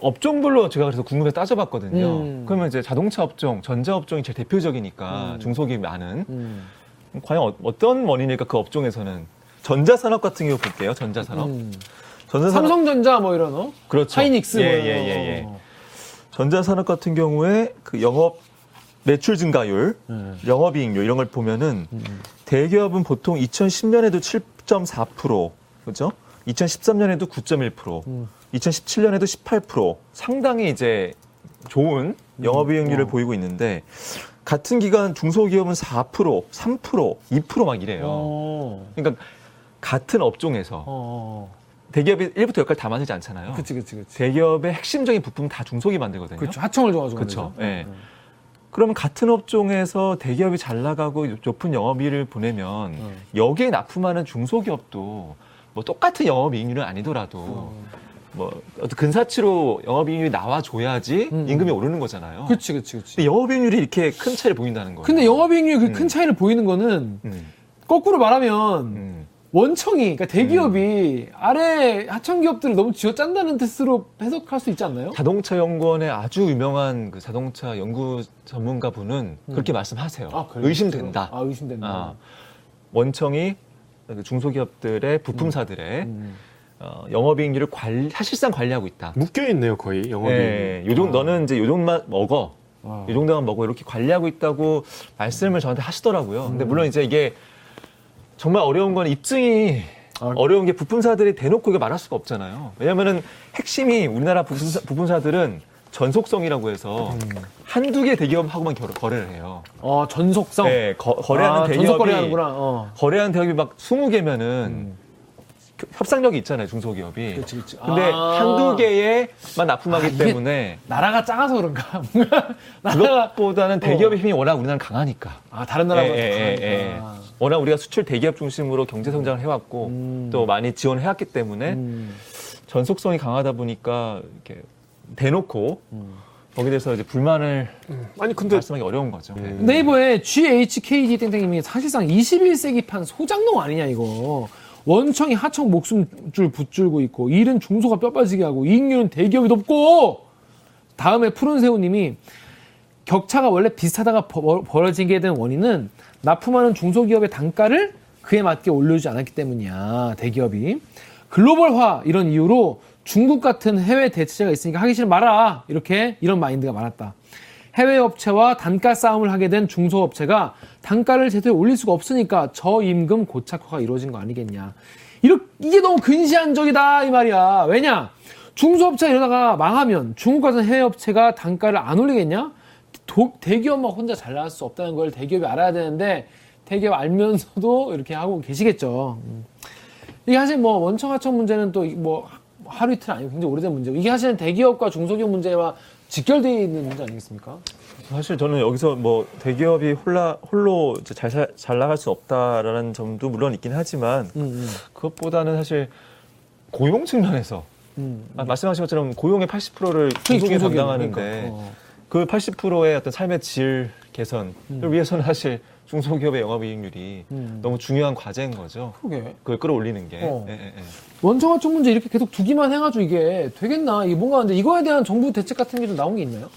[SPEAKER 3] 업종별로 제가 그래서 궁금해서 따져봤거든요.
[SPEAKER 1] 음.
[SPEAKER 3] 그러면 이제 자동차 업종, 전자 업종이 제일 대표적이니까
[SPEAKER 1] 음.
[SPEAKER 3] 중소기업이 많은. 과연 어- 어떤 원인일까 그 업종에서는 전자산업 같은 경우 볼게요. 전자산업. 전자산업
[SPEAKER 1] 음. 삼성전자 뭐 이런 어?
[SPEAKER 3] 어. 그렇죠.
[SPEAKER 1] 하이닉스
[SPEAKER 3] 예,
[SPEAKER 1] 뭐
[SPEAKER 3] 예,
[SPEAKER 1] 이런
[SPEAKER 3] 예, 예.
[SPEAKER 1] 어.
[SPEAKER 3] 전자산업 같은 경우에 그 영업 매출 증가율,
[SPEAKER 1] 네.
[SPEAKER 3] 영업이익률 이런 걸 보면은
[SPEAKER 1] 음.
[SPEAKER 3] 대기업은 보통 2010년에도 7.4% 그죠? 2013년에도 9.1%,
[SPEAKER 1] 음.
[SPEAKER 3] 2017년에도 18% 상당히 이제 좋은
[SPEAKER 1] 음. 어.
[SPEAKER 3] 영업이익률을 보이고 있는데 같은 기간 중소기업은 4%, 3%, 2%막 이래요.
[SPEAKER 1] 어.
[SPEAKER 3] 그러니까 같은 업종에서
[SPEAKER 1] 어.
[SPEAKER 3] 대기업이 1부터 10까지 다 만들지 않잖아요.
[SPEAKER 1] 그치 그치 그치.
[SPEAKER 3] 대기업의 핵심적인 부품 다 중소기업 만들거든요.
[SPEAKER 1] 그렇죠. 하청을 좋아하죠.
[SPEAKER 3] 그렇죠. 예. 그러면 같은 업종에서 대기업이 잘 나가고 높은 영업이익을 보내면
[SPEAKER 1] 네.
[SPEAKER 3] 여기에 납품하는 중소기업도 뭐 똑같은 영업이익률은 아니더라도
[SPEAKER 1] 어.
[SPEAKER 3] 뭐 어떤 근사치로 영업이익률이 나와줘야지
[SPEAKER 1] 음.
[SPEAKER 3] 임금이 오르는 거잖아요.
[SPEAKER 1] 그치 그치 그치.
[SPEAKER 3] 근데 영업이익률이 이렇게 큰 차이를 보인다는 거예요.
[SPEAKER 1] 근데 영업이익률 그 큰
[SPEAKER 3] 음.
[SPEAKER 1] 차이를 보이는 거는
[SPEAKER 3] 음,
[SPEAKER 1] 거꾸로 말하면
[SPEAKER 3] 음.
[SPEAKER 1] 원청이 그러니까 대기업이 아래 하청 기업들을 너무 쥐어짠다는 뜻으로 해석할 수 있지 않나요?
[SPEAKER 3] 자동차 연구원의 아주 유명한 그 자동차 연구 전문가 분은 그렇게 말씀하세요.
[SPEAKER 1] 음. 아, 그래요?
[SPEAKER 3] 의심된다.
[SPEAKER 1] 아 의심된다.
[SPEAKER 3] 아, 원청이 그 중소기업들의 부품사들의
[SPEAKER 1] 음.
[SPEAKER 3] 어, 영업이익률을 관리, 사실상 관리하고 있다.
[SPEAKER 2] 묶여 있네요 거의 영업이.
[SPEAKER 3] 예, 요정 너는 이제 요정만 먹어.
[SPEAKER 1] 아.
[SPEAKER 3] 요정도만 먹어 이렇게 관리하고 있다고 말씀을 저한테 하시더라고요. 근데
[SPEAKER 1] 음.
[SPEAKER 3] 물론 이제 이게 정말 어려운 건 입증이
[SPEAKER 1] 아.
[SPEAKER 3] 어려운 게 부품사들이 대놓고 이거 말할 수가 없잖아요. 왜냐면은 핵심이 우리나라 부품사, 부품사들은 전속성이라고
[SPEAKER 1] 음.
[SPEAKER 3] 해서 한두 개 대기업하고만 결, 거래를 해요.
[SPEAKER 1] 어 전속성.
[SPEAKER 3] 네, 거, 거래하는
[SPEAKER 1] 아, 전속
[SPEAKER 3] 대기업이
[SPEAKER 1] 거래하는구나. 어.
[SPEAKER 3] 거래한 대기업이 막 20개면은 그 협상력이 있잖아요, 중소기업이.
[SPEAKER 1] 음. 그치, 그치.
[SPEAKER 3] 근데
[SPEAKER 1] 아.
[SPEAKER 3] 한두 개에만 납품하기
[SPEAKER 1] 아, 이게
[SPEAKER 3] 때문에
[SPEAKER 1] 나라가 작아서 그런가? 뭔가 나라가 어.
[SPEAKER 3] 그것보다는 대기업의 힘이 워낙 우리나라는 강하니까.
[SPEAKER 1] 아 다른 나라보다
[SPEAKER 3] 예, 예,
[SPEAKER 1] 작으니까.
[SPEAKER 3] 예, 예. 워낙 우리가 수출 대기업 중심으로 경제 성장을 해왔고 또 많이 지원을 해왔기 때문에
[SPEAKER 1] 음.
[SPEAKER 3] 전속성이 강하다 보니까 이렇게 대놓고
[SPEAKER 1] 음.
[SPEAKER 3] 거기에 대해서 이제 불만을
[SPEAKER 2] 아니 근데
[SPEAKER 3] 말씀하기 어려운 거죠. 네.
[SPEAKER 1] 음. 네이버에 GHKD 땡땡님이 사실상 21세기판 소장농 아니냐 이거 원청이 하청 목숨줄 붙줄고 있고 일은 중소가 뼈 빠지게 하고 이익률은 대기업이 높고 다음에 푸른새우님이 격차가 원래 비슷하다가 벌- 벌어지게 된 원인은 납품하는 중소기업의 단가를 그에 맞게 올려주지 않았기 때문이야 대기업이 글로벌화 이런 이유로 중국 같은 해외 대체제가 있으니까 하기 싫으면 말아 이렇게 이런 마인드가 많았다 해외 업체와 단가 싸움을 하게 된 중소업체가 단가를 제대로 올릴 수가 없으니까 저임금 고착화가 이루어진 거 아니겠냐 이렇- 이게 너무 근시안적이다 이 말이야 왜냐 중소업체 이러다가 망하면 중국 같은 해외 업체가 단가를 안 올리겠냐 도- 대기업만 혼자 잘 나갈 수 없다는 걸 대기업이 알아야 되는데 대기업 알면서도 이렇게 하고 계시겠죠. 음. 이게 사실 뭐 원청 하청 문제는 또 뭐 하루 이틀 아니고 굉장히 오래된 문제고 이게 사실은 대기업과 중소기업 문제와 직결되어 있는 문제 아니겠습니까?
[SPEAKER 3] 사실 저는 여기서 뭐 대기업이 홀라, 홀로 이제 잘, 살- 잘 나갈 수 없다라는 점도 물론 있긴 하지만
[SPEAKER 1] 음,
[SPEAKER 3] 그것보다는 사실 고용 측면에서
[SPEAKER 1] 음,
[SPEAKER 3] 아, 말씀하신 것처럼 고용의 80%를 중소기업이
[SPEAKER 1] 중소기업이니까.
[SPEAKER 3] 담당하는데
[SPEAKER 1] 그러니까 어.
[SPEAKER 3] 그 80%의 어떤 삶의 질 개선을
[SPEAKER 1] 음.
[SPEAKER 3] 위해서는 사실 중소기업의 영업이익률이 너무 중요한 과제인 거죠.
[SPEAKER 1] 그러게.
[SPEAKER 3] 그걸 끌어올리는 게.
[SPEAKER 1] 음. 어.
[SPEAKER 3] 예, 예, 예.
[SPEAKER 1] 원청 하청 문제 이렇게 계속 두기만 해가지고 이게 되겠나? 이 뭔가 근데 이거에 대한 정부 대책 같은 게 좀 나온 게 있나요?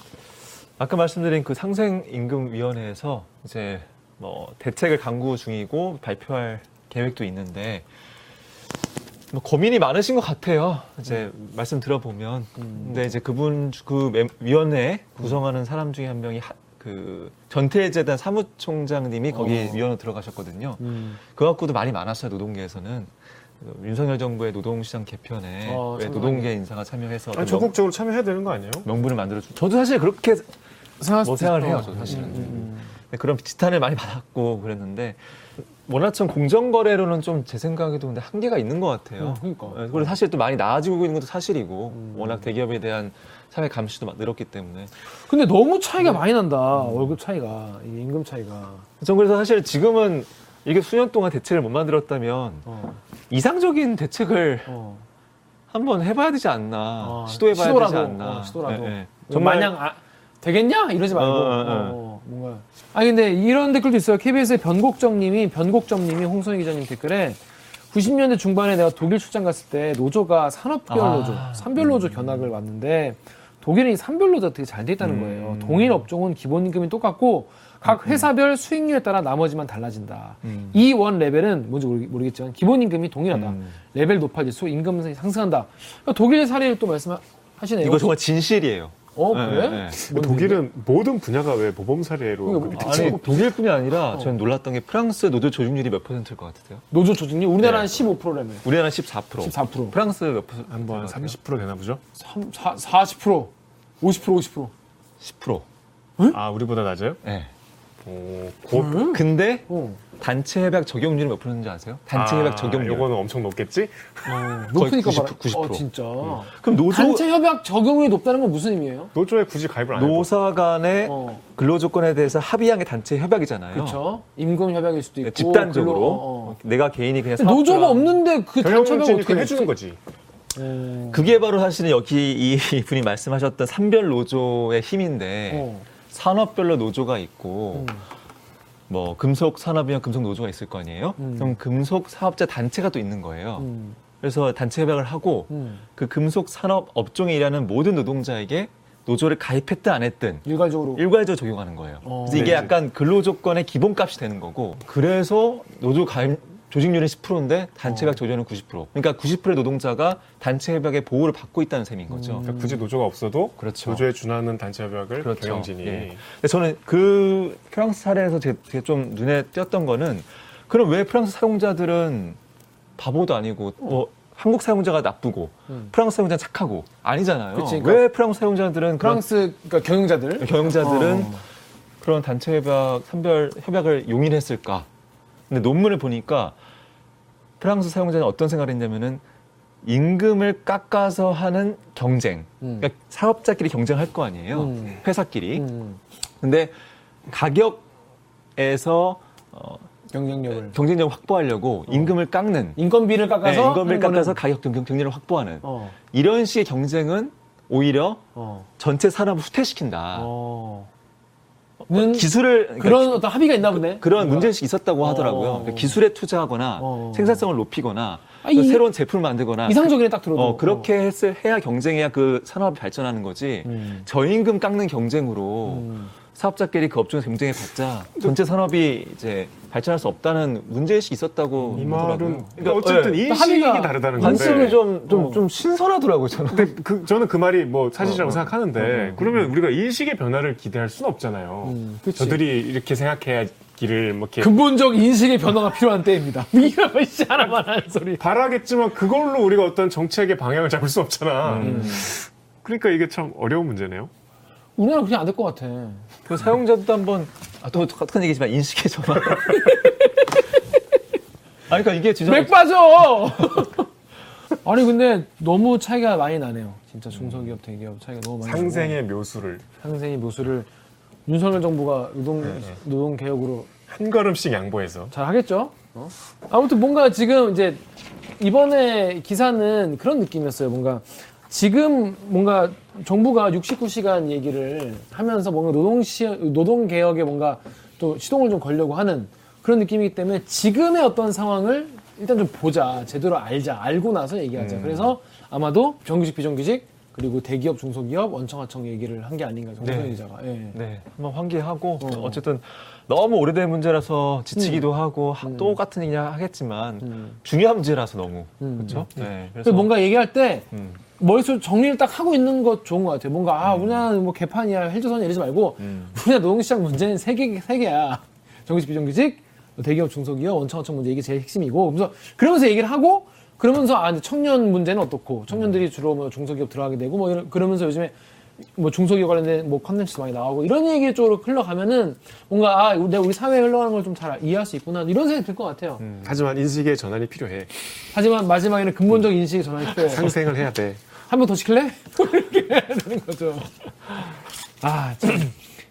[SPEAKER 3] 아까 말씀드린 그 상생임금위원회에서 이제 뭐 대책을 강구 중이고 발표할 계획도 있는데 뭐 고민이 많으신 것 같아요. 이제 말씀 들어보면. 근데 이제 그분 그 매- 위원회 구성하는 사람 중에 한 명이 하- 그 전태재단 사무총장님이 거기 위원으로 들어가셨거든요. 그거 갖고도 말이 많았어요 노동계에서는. 그 윤석열 정부의 노동시장 개편에
[SPEAKER 1] 어,
[SPEAKER 3] 왜
[SPEAKER 1] 장난
[SPEAKER 3] 노동계 인사가 참여해서
[SPEAKER 2] 아니,
[SPEAKER 3] 어떤
[SPEAKER 2] 적극적으로 참여해야 되는 거 아니에요?
[SPEAKER 3] 명- 명분을 만들어 주. 저도 사실 그렇게 뭐 생각을 해요, 저 사실은. 근데 네, 그런 지탄을 많이 받았고 그랬는데 원화청 공정거래로는 좀 제 생각에도 근데 한계가 있는 것 같아요.
[SPEAKER 1] 어, 그러니까.
[SPEAKER 3] 예, 그리고 사실 또 많이 나아지고 있는 것도 사실이고
[SPEAKER 1] 음.
[SPEAKER 3] 워낙 대기업에 대한 사회 감시도 막 늘었기 때문에
[SPEAKER 1] 근데 너무 차이가
[SPEAKER 3] 네.
[SPEAKER 1] 많이 난다. 월급 차이가, 이 임금 차이가.
[SPEAKER 3] 전 그래서 사실 지금은 이게 수년 동안 대책을 못 만들었다면
[SPEAKER 1] 어,
[SPEAKER 3] 이상적인 대책을
[SPEAKER 1] 어.
[SPEAKER 3] 한번 해봐야 되지 않나
[SPEAKER 1] 아,
[SPEAKER 3] 시도해봐야
[SPEAKER 1] 시도라도,
[SPEAKER 3] 되지 않나
[SPEAKER 1] 어, 시도라도.
[SPEAKER 3] 예, 예.
[SPEAKER 1] 정말 마냥 아, 되겠냐 이러지 말고
[SPEAKER 3] 어, 어,
[SPEAKER 1] 어, 어, 뭔가 아 근데 이런 댓글도 있어요 KBS의 변곡점님이 변곡점님이 홍성희 기자님 댓글에 90년대 중반에 내가 독일 출장 갔을 때 노조가 산업별
[SPEAKER 3] 아.
[SPEAKER 1] 노조, 산별 노조 견학을 왔는데 독일이 산별 노조가 되게 잘 돼
[SPEAKER 3] 음.
[SPEAKER 1] 있다는 거예요. 동일 업종은 기본 임금이 똑같고 각 회사별 수익률에 따라 나머지만 달라진다.
[SPEAKER 3] 음.
[SPEAKER 1] 이 원 레벨은 뭔지 모르- 모르겠지만 기본 임금이 동일하다.
[SPEAKER 3] 음.
[SPEAKER 1] 레벨 높아질수록 임금이 상승한다. 그러니까 독일 사례를 또 말씀하시네요.
[SPEAKER 3] 이거 정말 진실이에요.
[SPEAKER 1] 어
[SPEAKER 3] 예,
[SPEAKER 1] 그래?
[SPEAKER 3] 예, 예.
[SPEAKER 1] 뭔
[SPEAKER 2] 뭐 독일은 모든 분야가 왜 모범 사례로
[SPEAKER 1] 그러니까 어.
[SPEAKER 2] 그렇게
[SPEAKER 3] 아니 독일뿐이 아니라 저는 놀랐던 게 프랑스 노조 조직률이 몇 퍼센트일 것 같으세요?
[SPEAKER 1] 노조 조직률
[SPEAKER 3] 네.
[SPEAKER 1] 우리나라는 15%라며.
[SPEAKER 3] 우리나라는 14%.
[SPEAKER 1] 14%.
[SPEAKER 3] 프랑스 몇 퍼센트?
[SPEAKER 2] 한번 30% 되나 보죠?
[SPEAKER 1] 3, 4, 40%. 50% 50%.
[SPEAKER 3] 10%.
[SPEAKER 2] 아 우리보다 낮아요?
[SPEAKER 3] 예.
[SPEAKER 2] 오, 곧
[SPEAKER 3] 근데
[SPEAKER 1] 어.
[SPEAKER 3] 단체 협약 적용률이 몇 퍼센트인지 아세요? 단체 협약 적용률.
[SPEAKER 2] 이거는 엄청 높겠지?
[SPEAKER 1] 높으니까
[SPEAKER 3] 90%,
[SPEAKER 1] 말하-
[SPEAKER 3] 90%.
[SPEAKER 1] 어, 진짜.
[SPEAKER 3] 그럼 음. 노조
[SPEAKER 1] 단체 협약 적용률이 높다는 건 무슨 의미예요?
[SPEAKER 2] 노조에 굳이 가입을 안 해도
[SPEAKER 3] 노사 간의
[SPEAKER 1] 어.
[SPEAKER 3] 근로 조건에 대해서 합의한 게 단체 협약이잖아요. 예,
[SPEAKER 1] 그렇죠. 임금 협약일 수도 있고
[SPEAKER 3] 네. 집단적으로
[SPEAKER 1] 근로- 어, 어.
[SPEAKER 3] 내가 개인이 그냥
[SPEAKER 1] 근데 노조가
[SPEAKER 3] 사업자랑-
[SPEAKER 1] 없는데 그 단체 협약
[SPEAKER 2] 경영진이
[SPEAKER 1] 어떻게
[SPEAKER 2] 그
[SPEAKER 1] 됐지?
[SPEAKER 2] 해주는 거지.
[SPEAKER 1] 어.
[SPEAKER 3] 그게 바로 사실은 여기 이 분이 말씀하셨던 산별 노조의 힘인데
[SPEAKER 1] 어. 음.
[SPEAKER 3] 산업별로 노조가 있고 뭐 금속 산업이면 금속 노조가 있을 거 아니에요?
[SPEAKER 1] 음.
[SPEAKER 3] 그럼 금속 사업자 단체가 또 있는 거예요.
[SPEAKER 1] 음.
[SPEAKER 3] 그래서 단체 협약을 하고
[SPEAKER 1] 음.
[SPEAKER 3] 그 금속 산업 업종에 일하는 모든 노동자에게 노조를 가입했든 안 했든
[SPEAKER 1] 일괄적으로
[SPEAKER 3] 일괄적으로 적용하는 거예요.
[SPEAKER 1] 어.
[SPEAKER 3] 그래서 이게
[SPEAKER 2] 네,
[SPEAKER 3] 약간 근로 조건의 기본값이 되는 거고 그래서 노조 가입 조직률이 10%인데 단체
[SPEAKER 1] 어.
[SPEAKER 3] 협약 조정은 90%. 그러니까 90%의 노동자가 단체 협약의 보호를 받고 있다는 셈인
[SPEAKER 1] 음.
[SPEAKER 3] 거죠.
[SPEAKER 2] 그러니까 굳이 노조가 없어도
[SPEAKER 3] 그렇죠.
[SPEAKER 2] 노조에 준하는 단체 협약을 경영진이
[SPEAKER 3] 예. 근데 저는 그 프랑스 사례에서 제- 제좀 눈에 띄었던 거는 그럼 왜 프랑스 사용자들은 바보도 아니고 뭐 한국 사용자가 나쁘고 프랑스 사용자는 착하고 아니잖아요.
[SPEAKER 1] 음. 그치, 그러니까
[SPEAKER 3] 왜 프랑스 사용자들은 그런
[SPEAKER 1] 프랑스 그러니까 경영자들
[SPEAKER 3] 네. 경영자들은
[SPEAKER 1] 어.
[SPEAKER 3] 그런 단체 협약, 산별 협약을 용인했을까? 근데 논문을 보니까 프랑스 사용자는 어떤 생각을 했냐면은 임금을 깎아서 하는 경쟁.
[SPEAKER 1] 음.
[SPEAKER 3] 그러니까 사업자끼리 경쟁할 거 아니에요.
[SPEAKER 1] 음.
[SPEAKER 3] 회사끼리.
[SPEAKER 1] 음.
[SPEAKER 3] 근데 가격에서 어,
[SPEAKER 1] 경쟁력을
[SPEAKER 3] 경쟁력을 확보하려고 임금을 깎는.
[SPEAKER 1] 인건비를 어. 깎아서
[SPEAKER 3] 네, 임금을
[SPEAKER 1] 하는 거는-
[SPEAKER 3] 깎아서 가격 경- 경쟁력을 확보하는.
[SPEAKER 1] 어.
[SPEAKER 3] 이런 식의 경쟁은 오히려
[SPEAKER 1] 어.
[SPEAKER 3] 전체 산업을 후퇴시킨다.
[SPEAKER 1] 어. 는
[SPEAKER 3] 기술을 그러니까
[SPEAKER 1] 그런 어떤 합의가 있나 보네.
[SPEAKER 3] 그런 문제의식이 있었다고
[SPEAKER 1] 어.
[SPEAKER 3] 하더라고요. 그러니까 기술에 투자하거나
[SPEAKER 1] 어.
[SPEAKER 3] 생산성을 높이거나
[SPEAKER 1] 아, 이-
[SPEAKER 3] 새로운 제품을 만들거나
[SPEAKER 1] 이상적이네 딱 들어도.
[SPEAKER 3] 어, 그렇게 했을, 해야 경쟁해야 그 산업이 발전하는 거지
[SPEAKER 1] 음.
[SPEAKER 3] 저임금 깎는 경쟁으로
[SPEAKER 1] 음.
[SPEAKER 3] 사업자끼리 그 업종에서 경쟁해봤자 전체 산업이 이제 발전할 수 없다는 문제의식이 있었다고
[SPEAKER 2] 이 말은
[SPEAKER 3] 하더라고요.
[SPEAKER 2] 그러니까 어쨌든
[SPEAKER 3] 예. 네.
[SPEAKER 2] 인식이
[SPEAKER 1] 합의가
[SPEAKER 2] 다르다는
[SPEAKER 3] 관습이
[SPEAKER 2] 건데
[SPEAKER 3] 좀, 좀,
[SPEAKER 1] 어.
[SPEAKER 3] 좀 신선하더라고요, 저는.
[SPEAKER 2] 근데 그, 저는 그 말이 뭐 사실이라고 생각하는데 그러면 우리가 인식의 변화를 기대할 수는 없잖아요.
[SPEAKER 1] 음, 그치.
[SPEAKER 2] 저들이 이렇게 생각해야기를 뭐 이렇게
[SPEAKER 1] 근본적 인식의 변화가 필요한 때입니다. 이런 씨 하나만 하는 소리.
[SPEAKER 2] 바라겠지만 그걸로 우리가 어떤 정책의 방향을 잡을 수 없잖아. 그러니까 이게 참 어려운 문제네요.
[SPEAKER 1] 우리나라 그냥 안 될 것 같아.
[SPEAKER 3] 그 사용자도 한번 아, 또 똑같은 얘기지만 인식의 전환. 아, 그러니까 이게 진짜
[SPEAKER 1] 맥 빠져. 아니 근데 너무 차이가 많이 나네요. 진짜 중소기업 대기업 차이가 너무 많이. 나고.
[SPEAKER 2] 상생의 묘수를
[SPEAKER 1] 상생이 모수를 윤석열 정부가 노동 노동 개혁으로
[SPEAKER 2] 한 걸음씩 양보해서
[SPEAKER 1] 잘 하겠죠? 아무튼 뭔가 지금 이제 이번에 기사는 그런 느낌이었어요. 뭔가 지금 뭔가 정부가 69시간 얘기를 하면서 뭔가 노동 시 노동 개혁에 뭔가 또 시동을 좀 걸려고 하는 그런 느낌이기 때문에 지금의 어떤 상황을 일단 좀 보자. 제대로 알자. 알고 나서 얘기하자. 그래서 아마도 정규직 비정규직 그리고 대기업 중소기업 원청하청 얘기를 한 게 아닌가 정선
[SPEAKER 3] 네.
[SPEAKER 1] 기자가. 예.
[SPEAKER 3] 네, 한번 환기하고 어쨌든 너무 오래된 문제라서 지치기도 하고 하- 똑같은 얘기 하겠지만 중요한 문제라서 너무 그렇죠. 네.
[SPEAKER 1] 그래서 뭔가 얘기할 때
[SPEAKER 3] 음.
[SPEAKER 1] 머릿속 정리를 딱 하고 있는 것 좋은 것 같아요. 뭔가 아 우리나라는 뭐 개판이야 헬조선이야 이러지 말고 우리나라 노동시장 문제는 세개세 개야. 정규직 비정규직 대기업 중소기업 원청원청 문제 이게 제일 핵심이고 그래서 그러면서 얘기를 하고 그러면서 아 이제 청년 문제는 어떻고 청년들이 주로 뭐 중소기업 들어가게 되고 뭐 이런- 그러면서 요즘에 뭐 중소기업 관련된 뭐 컨텐츠도 많이 나오고 이런 얘기 쪽으로 흘러가면은 뭔가 아 내가 우리 사회에 흘러가는 걸 좀 잘 이해할 수 있구나 이런 생각이 들 것 같아요.
[SPEAKER 2] 음. 하지만 인식의 전환이 필요해.
[SPEAKER 1] 하지만 마지막에는 근본적 인식이 전환이 필요해요.
[SPEAKER 2] 상생을 해야 돼.
[SPEAKER 1] 한 번 더 시킬래? 이렇게 해야 되는 거죠. 아, 참.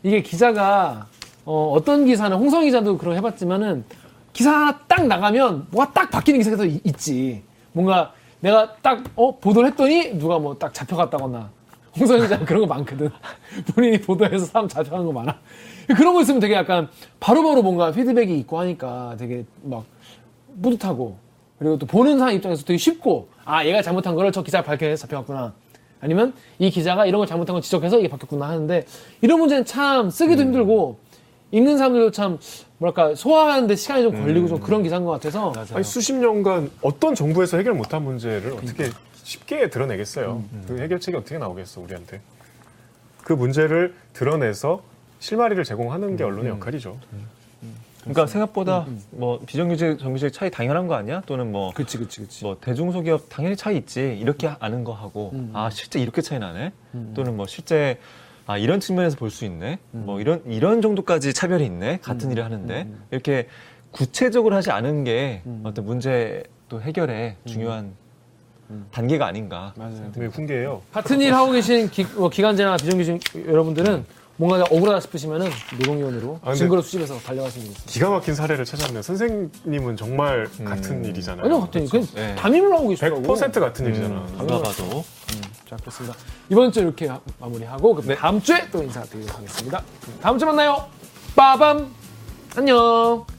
[SPEAKER 1] 이게 기자가, 어, 떤 기사는, 홍성 기자도 그런 거 해봤지만은, 기사 하나 딱 나가면, 뭐가 딱 바뀌는 기사가 또 이- 있지. 뭔가, 내가 딱, 어, 보도를 했더니, 누가 뭐 딱 잡혀갔다거나. 홍성 기자 그런 거 많거든. 본인이 보도해서 사람 잡혀간 거 많아. 그런 거 있으면 되게 약간, 바로바로 뭔가 피드백이 있고 하니까 되게 막, 뿌듯하고 그리고 또 보는 사람 입장에서 되게 쉽고 아 얘가 잘못한 거를 저 기자가 밝혀내서 잡혀갔구나 아니면 이 기자가 이런 걸 잘못한 걸 지적해서 이게 바뀌었구나 하는데 이런 문제는 참 쓰기도 힘들고 읽는 사람들도 참 뭐랄까 소화하는데 시간이 좀 걸리고 좀 그런 기사인 것 같아서
[SPEAKER 2] 아니 수십 년간 어떤 정부에서 해결 못한 문제를 어떻게 쉽게 드러내겠어요. 그 해결책이 어떻게 나오겠어 우리한테. 그 문제를 드러내서 실마리를 제공하는 게 언론의 역할이죠.
[SPEAKER 3] 그러니까 생각보다 뭐 비정규직 정규직 차이 당연한 거 아니야? 또는 뭐
[SPEAKER 1] 그치 그치 그치
[SPEAKER 3] 뭐 대중소기업 당연히 차이 있지 이렇게 아는 거 하고 아 실제 이렇게 차이 나네 또는 뭐 실제 아 이런 측면에서 볼 수 있네 뭐 이런 이런 정도까지 차별이 있네 같은 일을 하는데 이렇게 구체적으로 하지 않은 게 어떤 문제 또 해결에 중요한 단계가 아닌가
[SPEAKER 2] 되게 훈계예요.
[SPEAKER 1] 같은 일 하고 계신 기, 뭐 기간제나 비정규직 여러분들은 뭔가 억울하다 싶으시면은 노동위원회로
[SPEAKER 2] 아, 근데-
[SPEAKER 1] 증거를 수집해서 달려가시면 되겠습니다
[SPEAKER 2] 기가 막힌 사례를 찾았네요. 선생님은 정말 같은 일이잖아요.
[SPEAKER 1] 아니요 그렇죠. 갑자기 그냥
[SPEAKER 3] 네.
[SPEAKER 1] 담임을 하고 계시더라고
[SPEAKER 2] 100% 같은 일이잖아.
[SPEAKER 3] 누가 봐도
[SPEAKER 1] 자, 그렇습니다. 이번 주 이렇게 하- 마무리하고 그럼 다음 주에 또 인사드리도록 하겠습니다. 다음 주에 만나요. 빠밤. 안녕.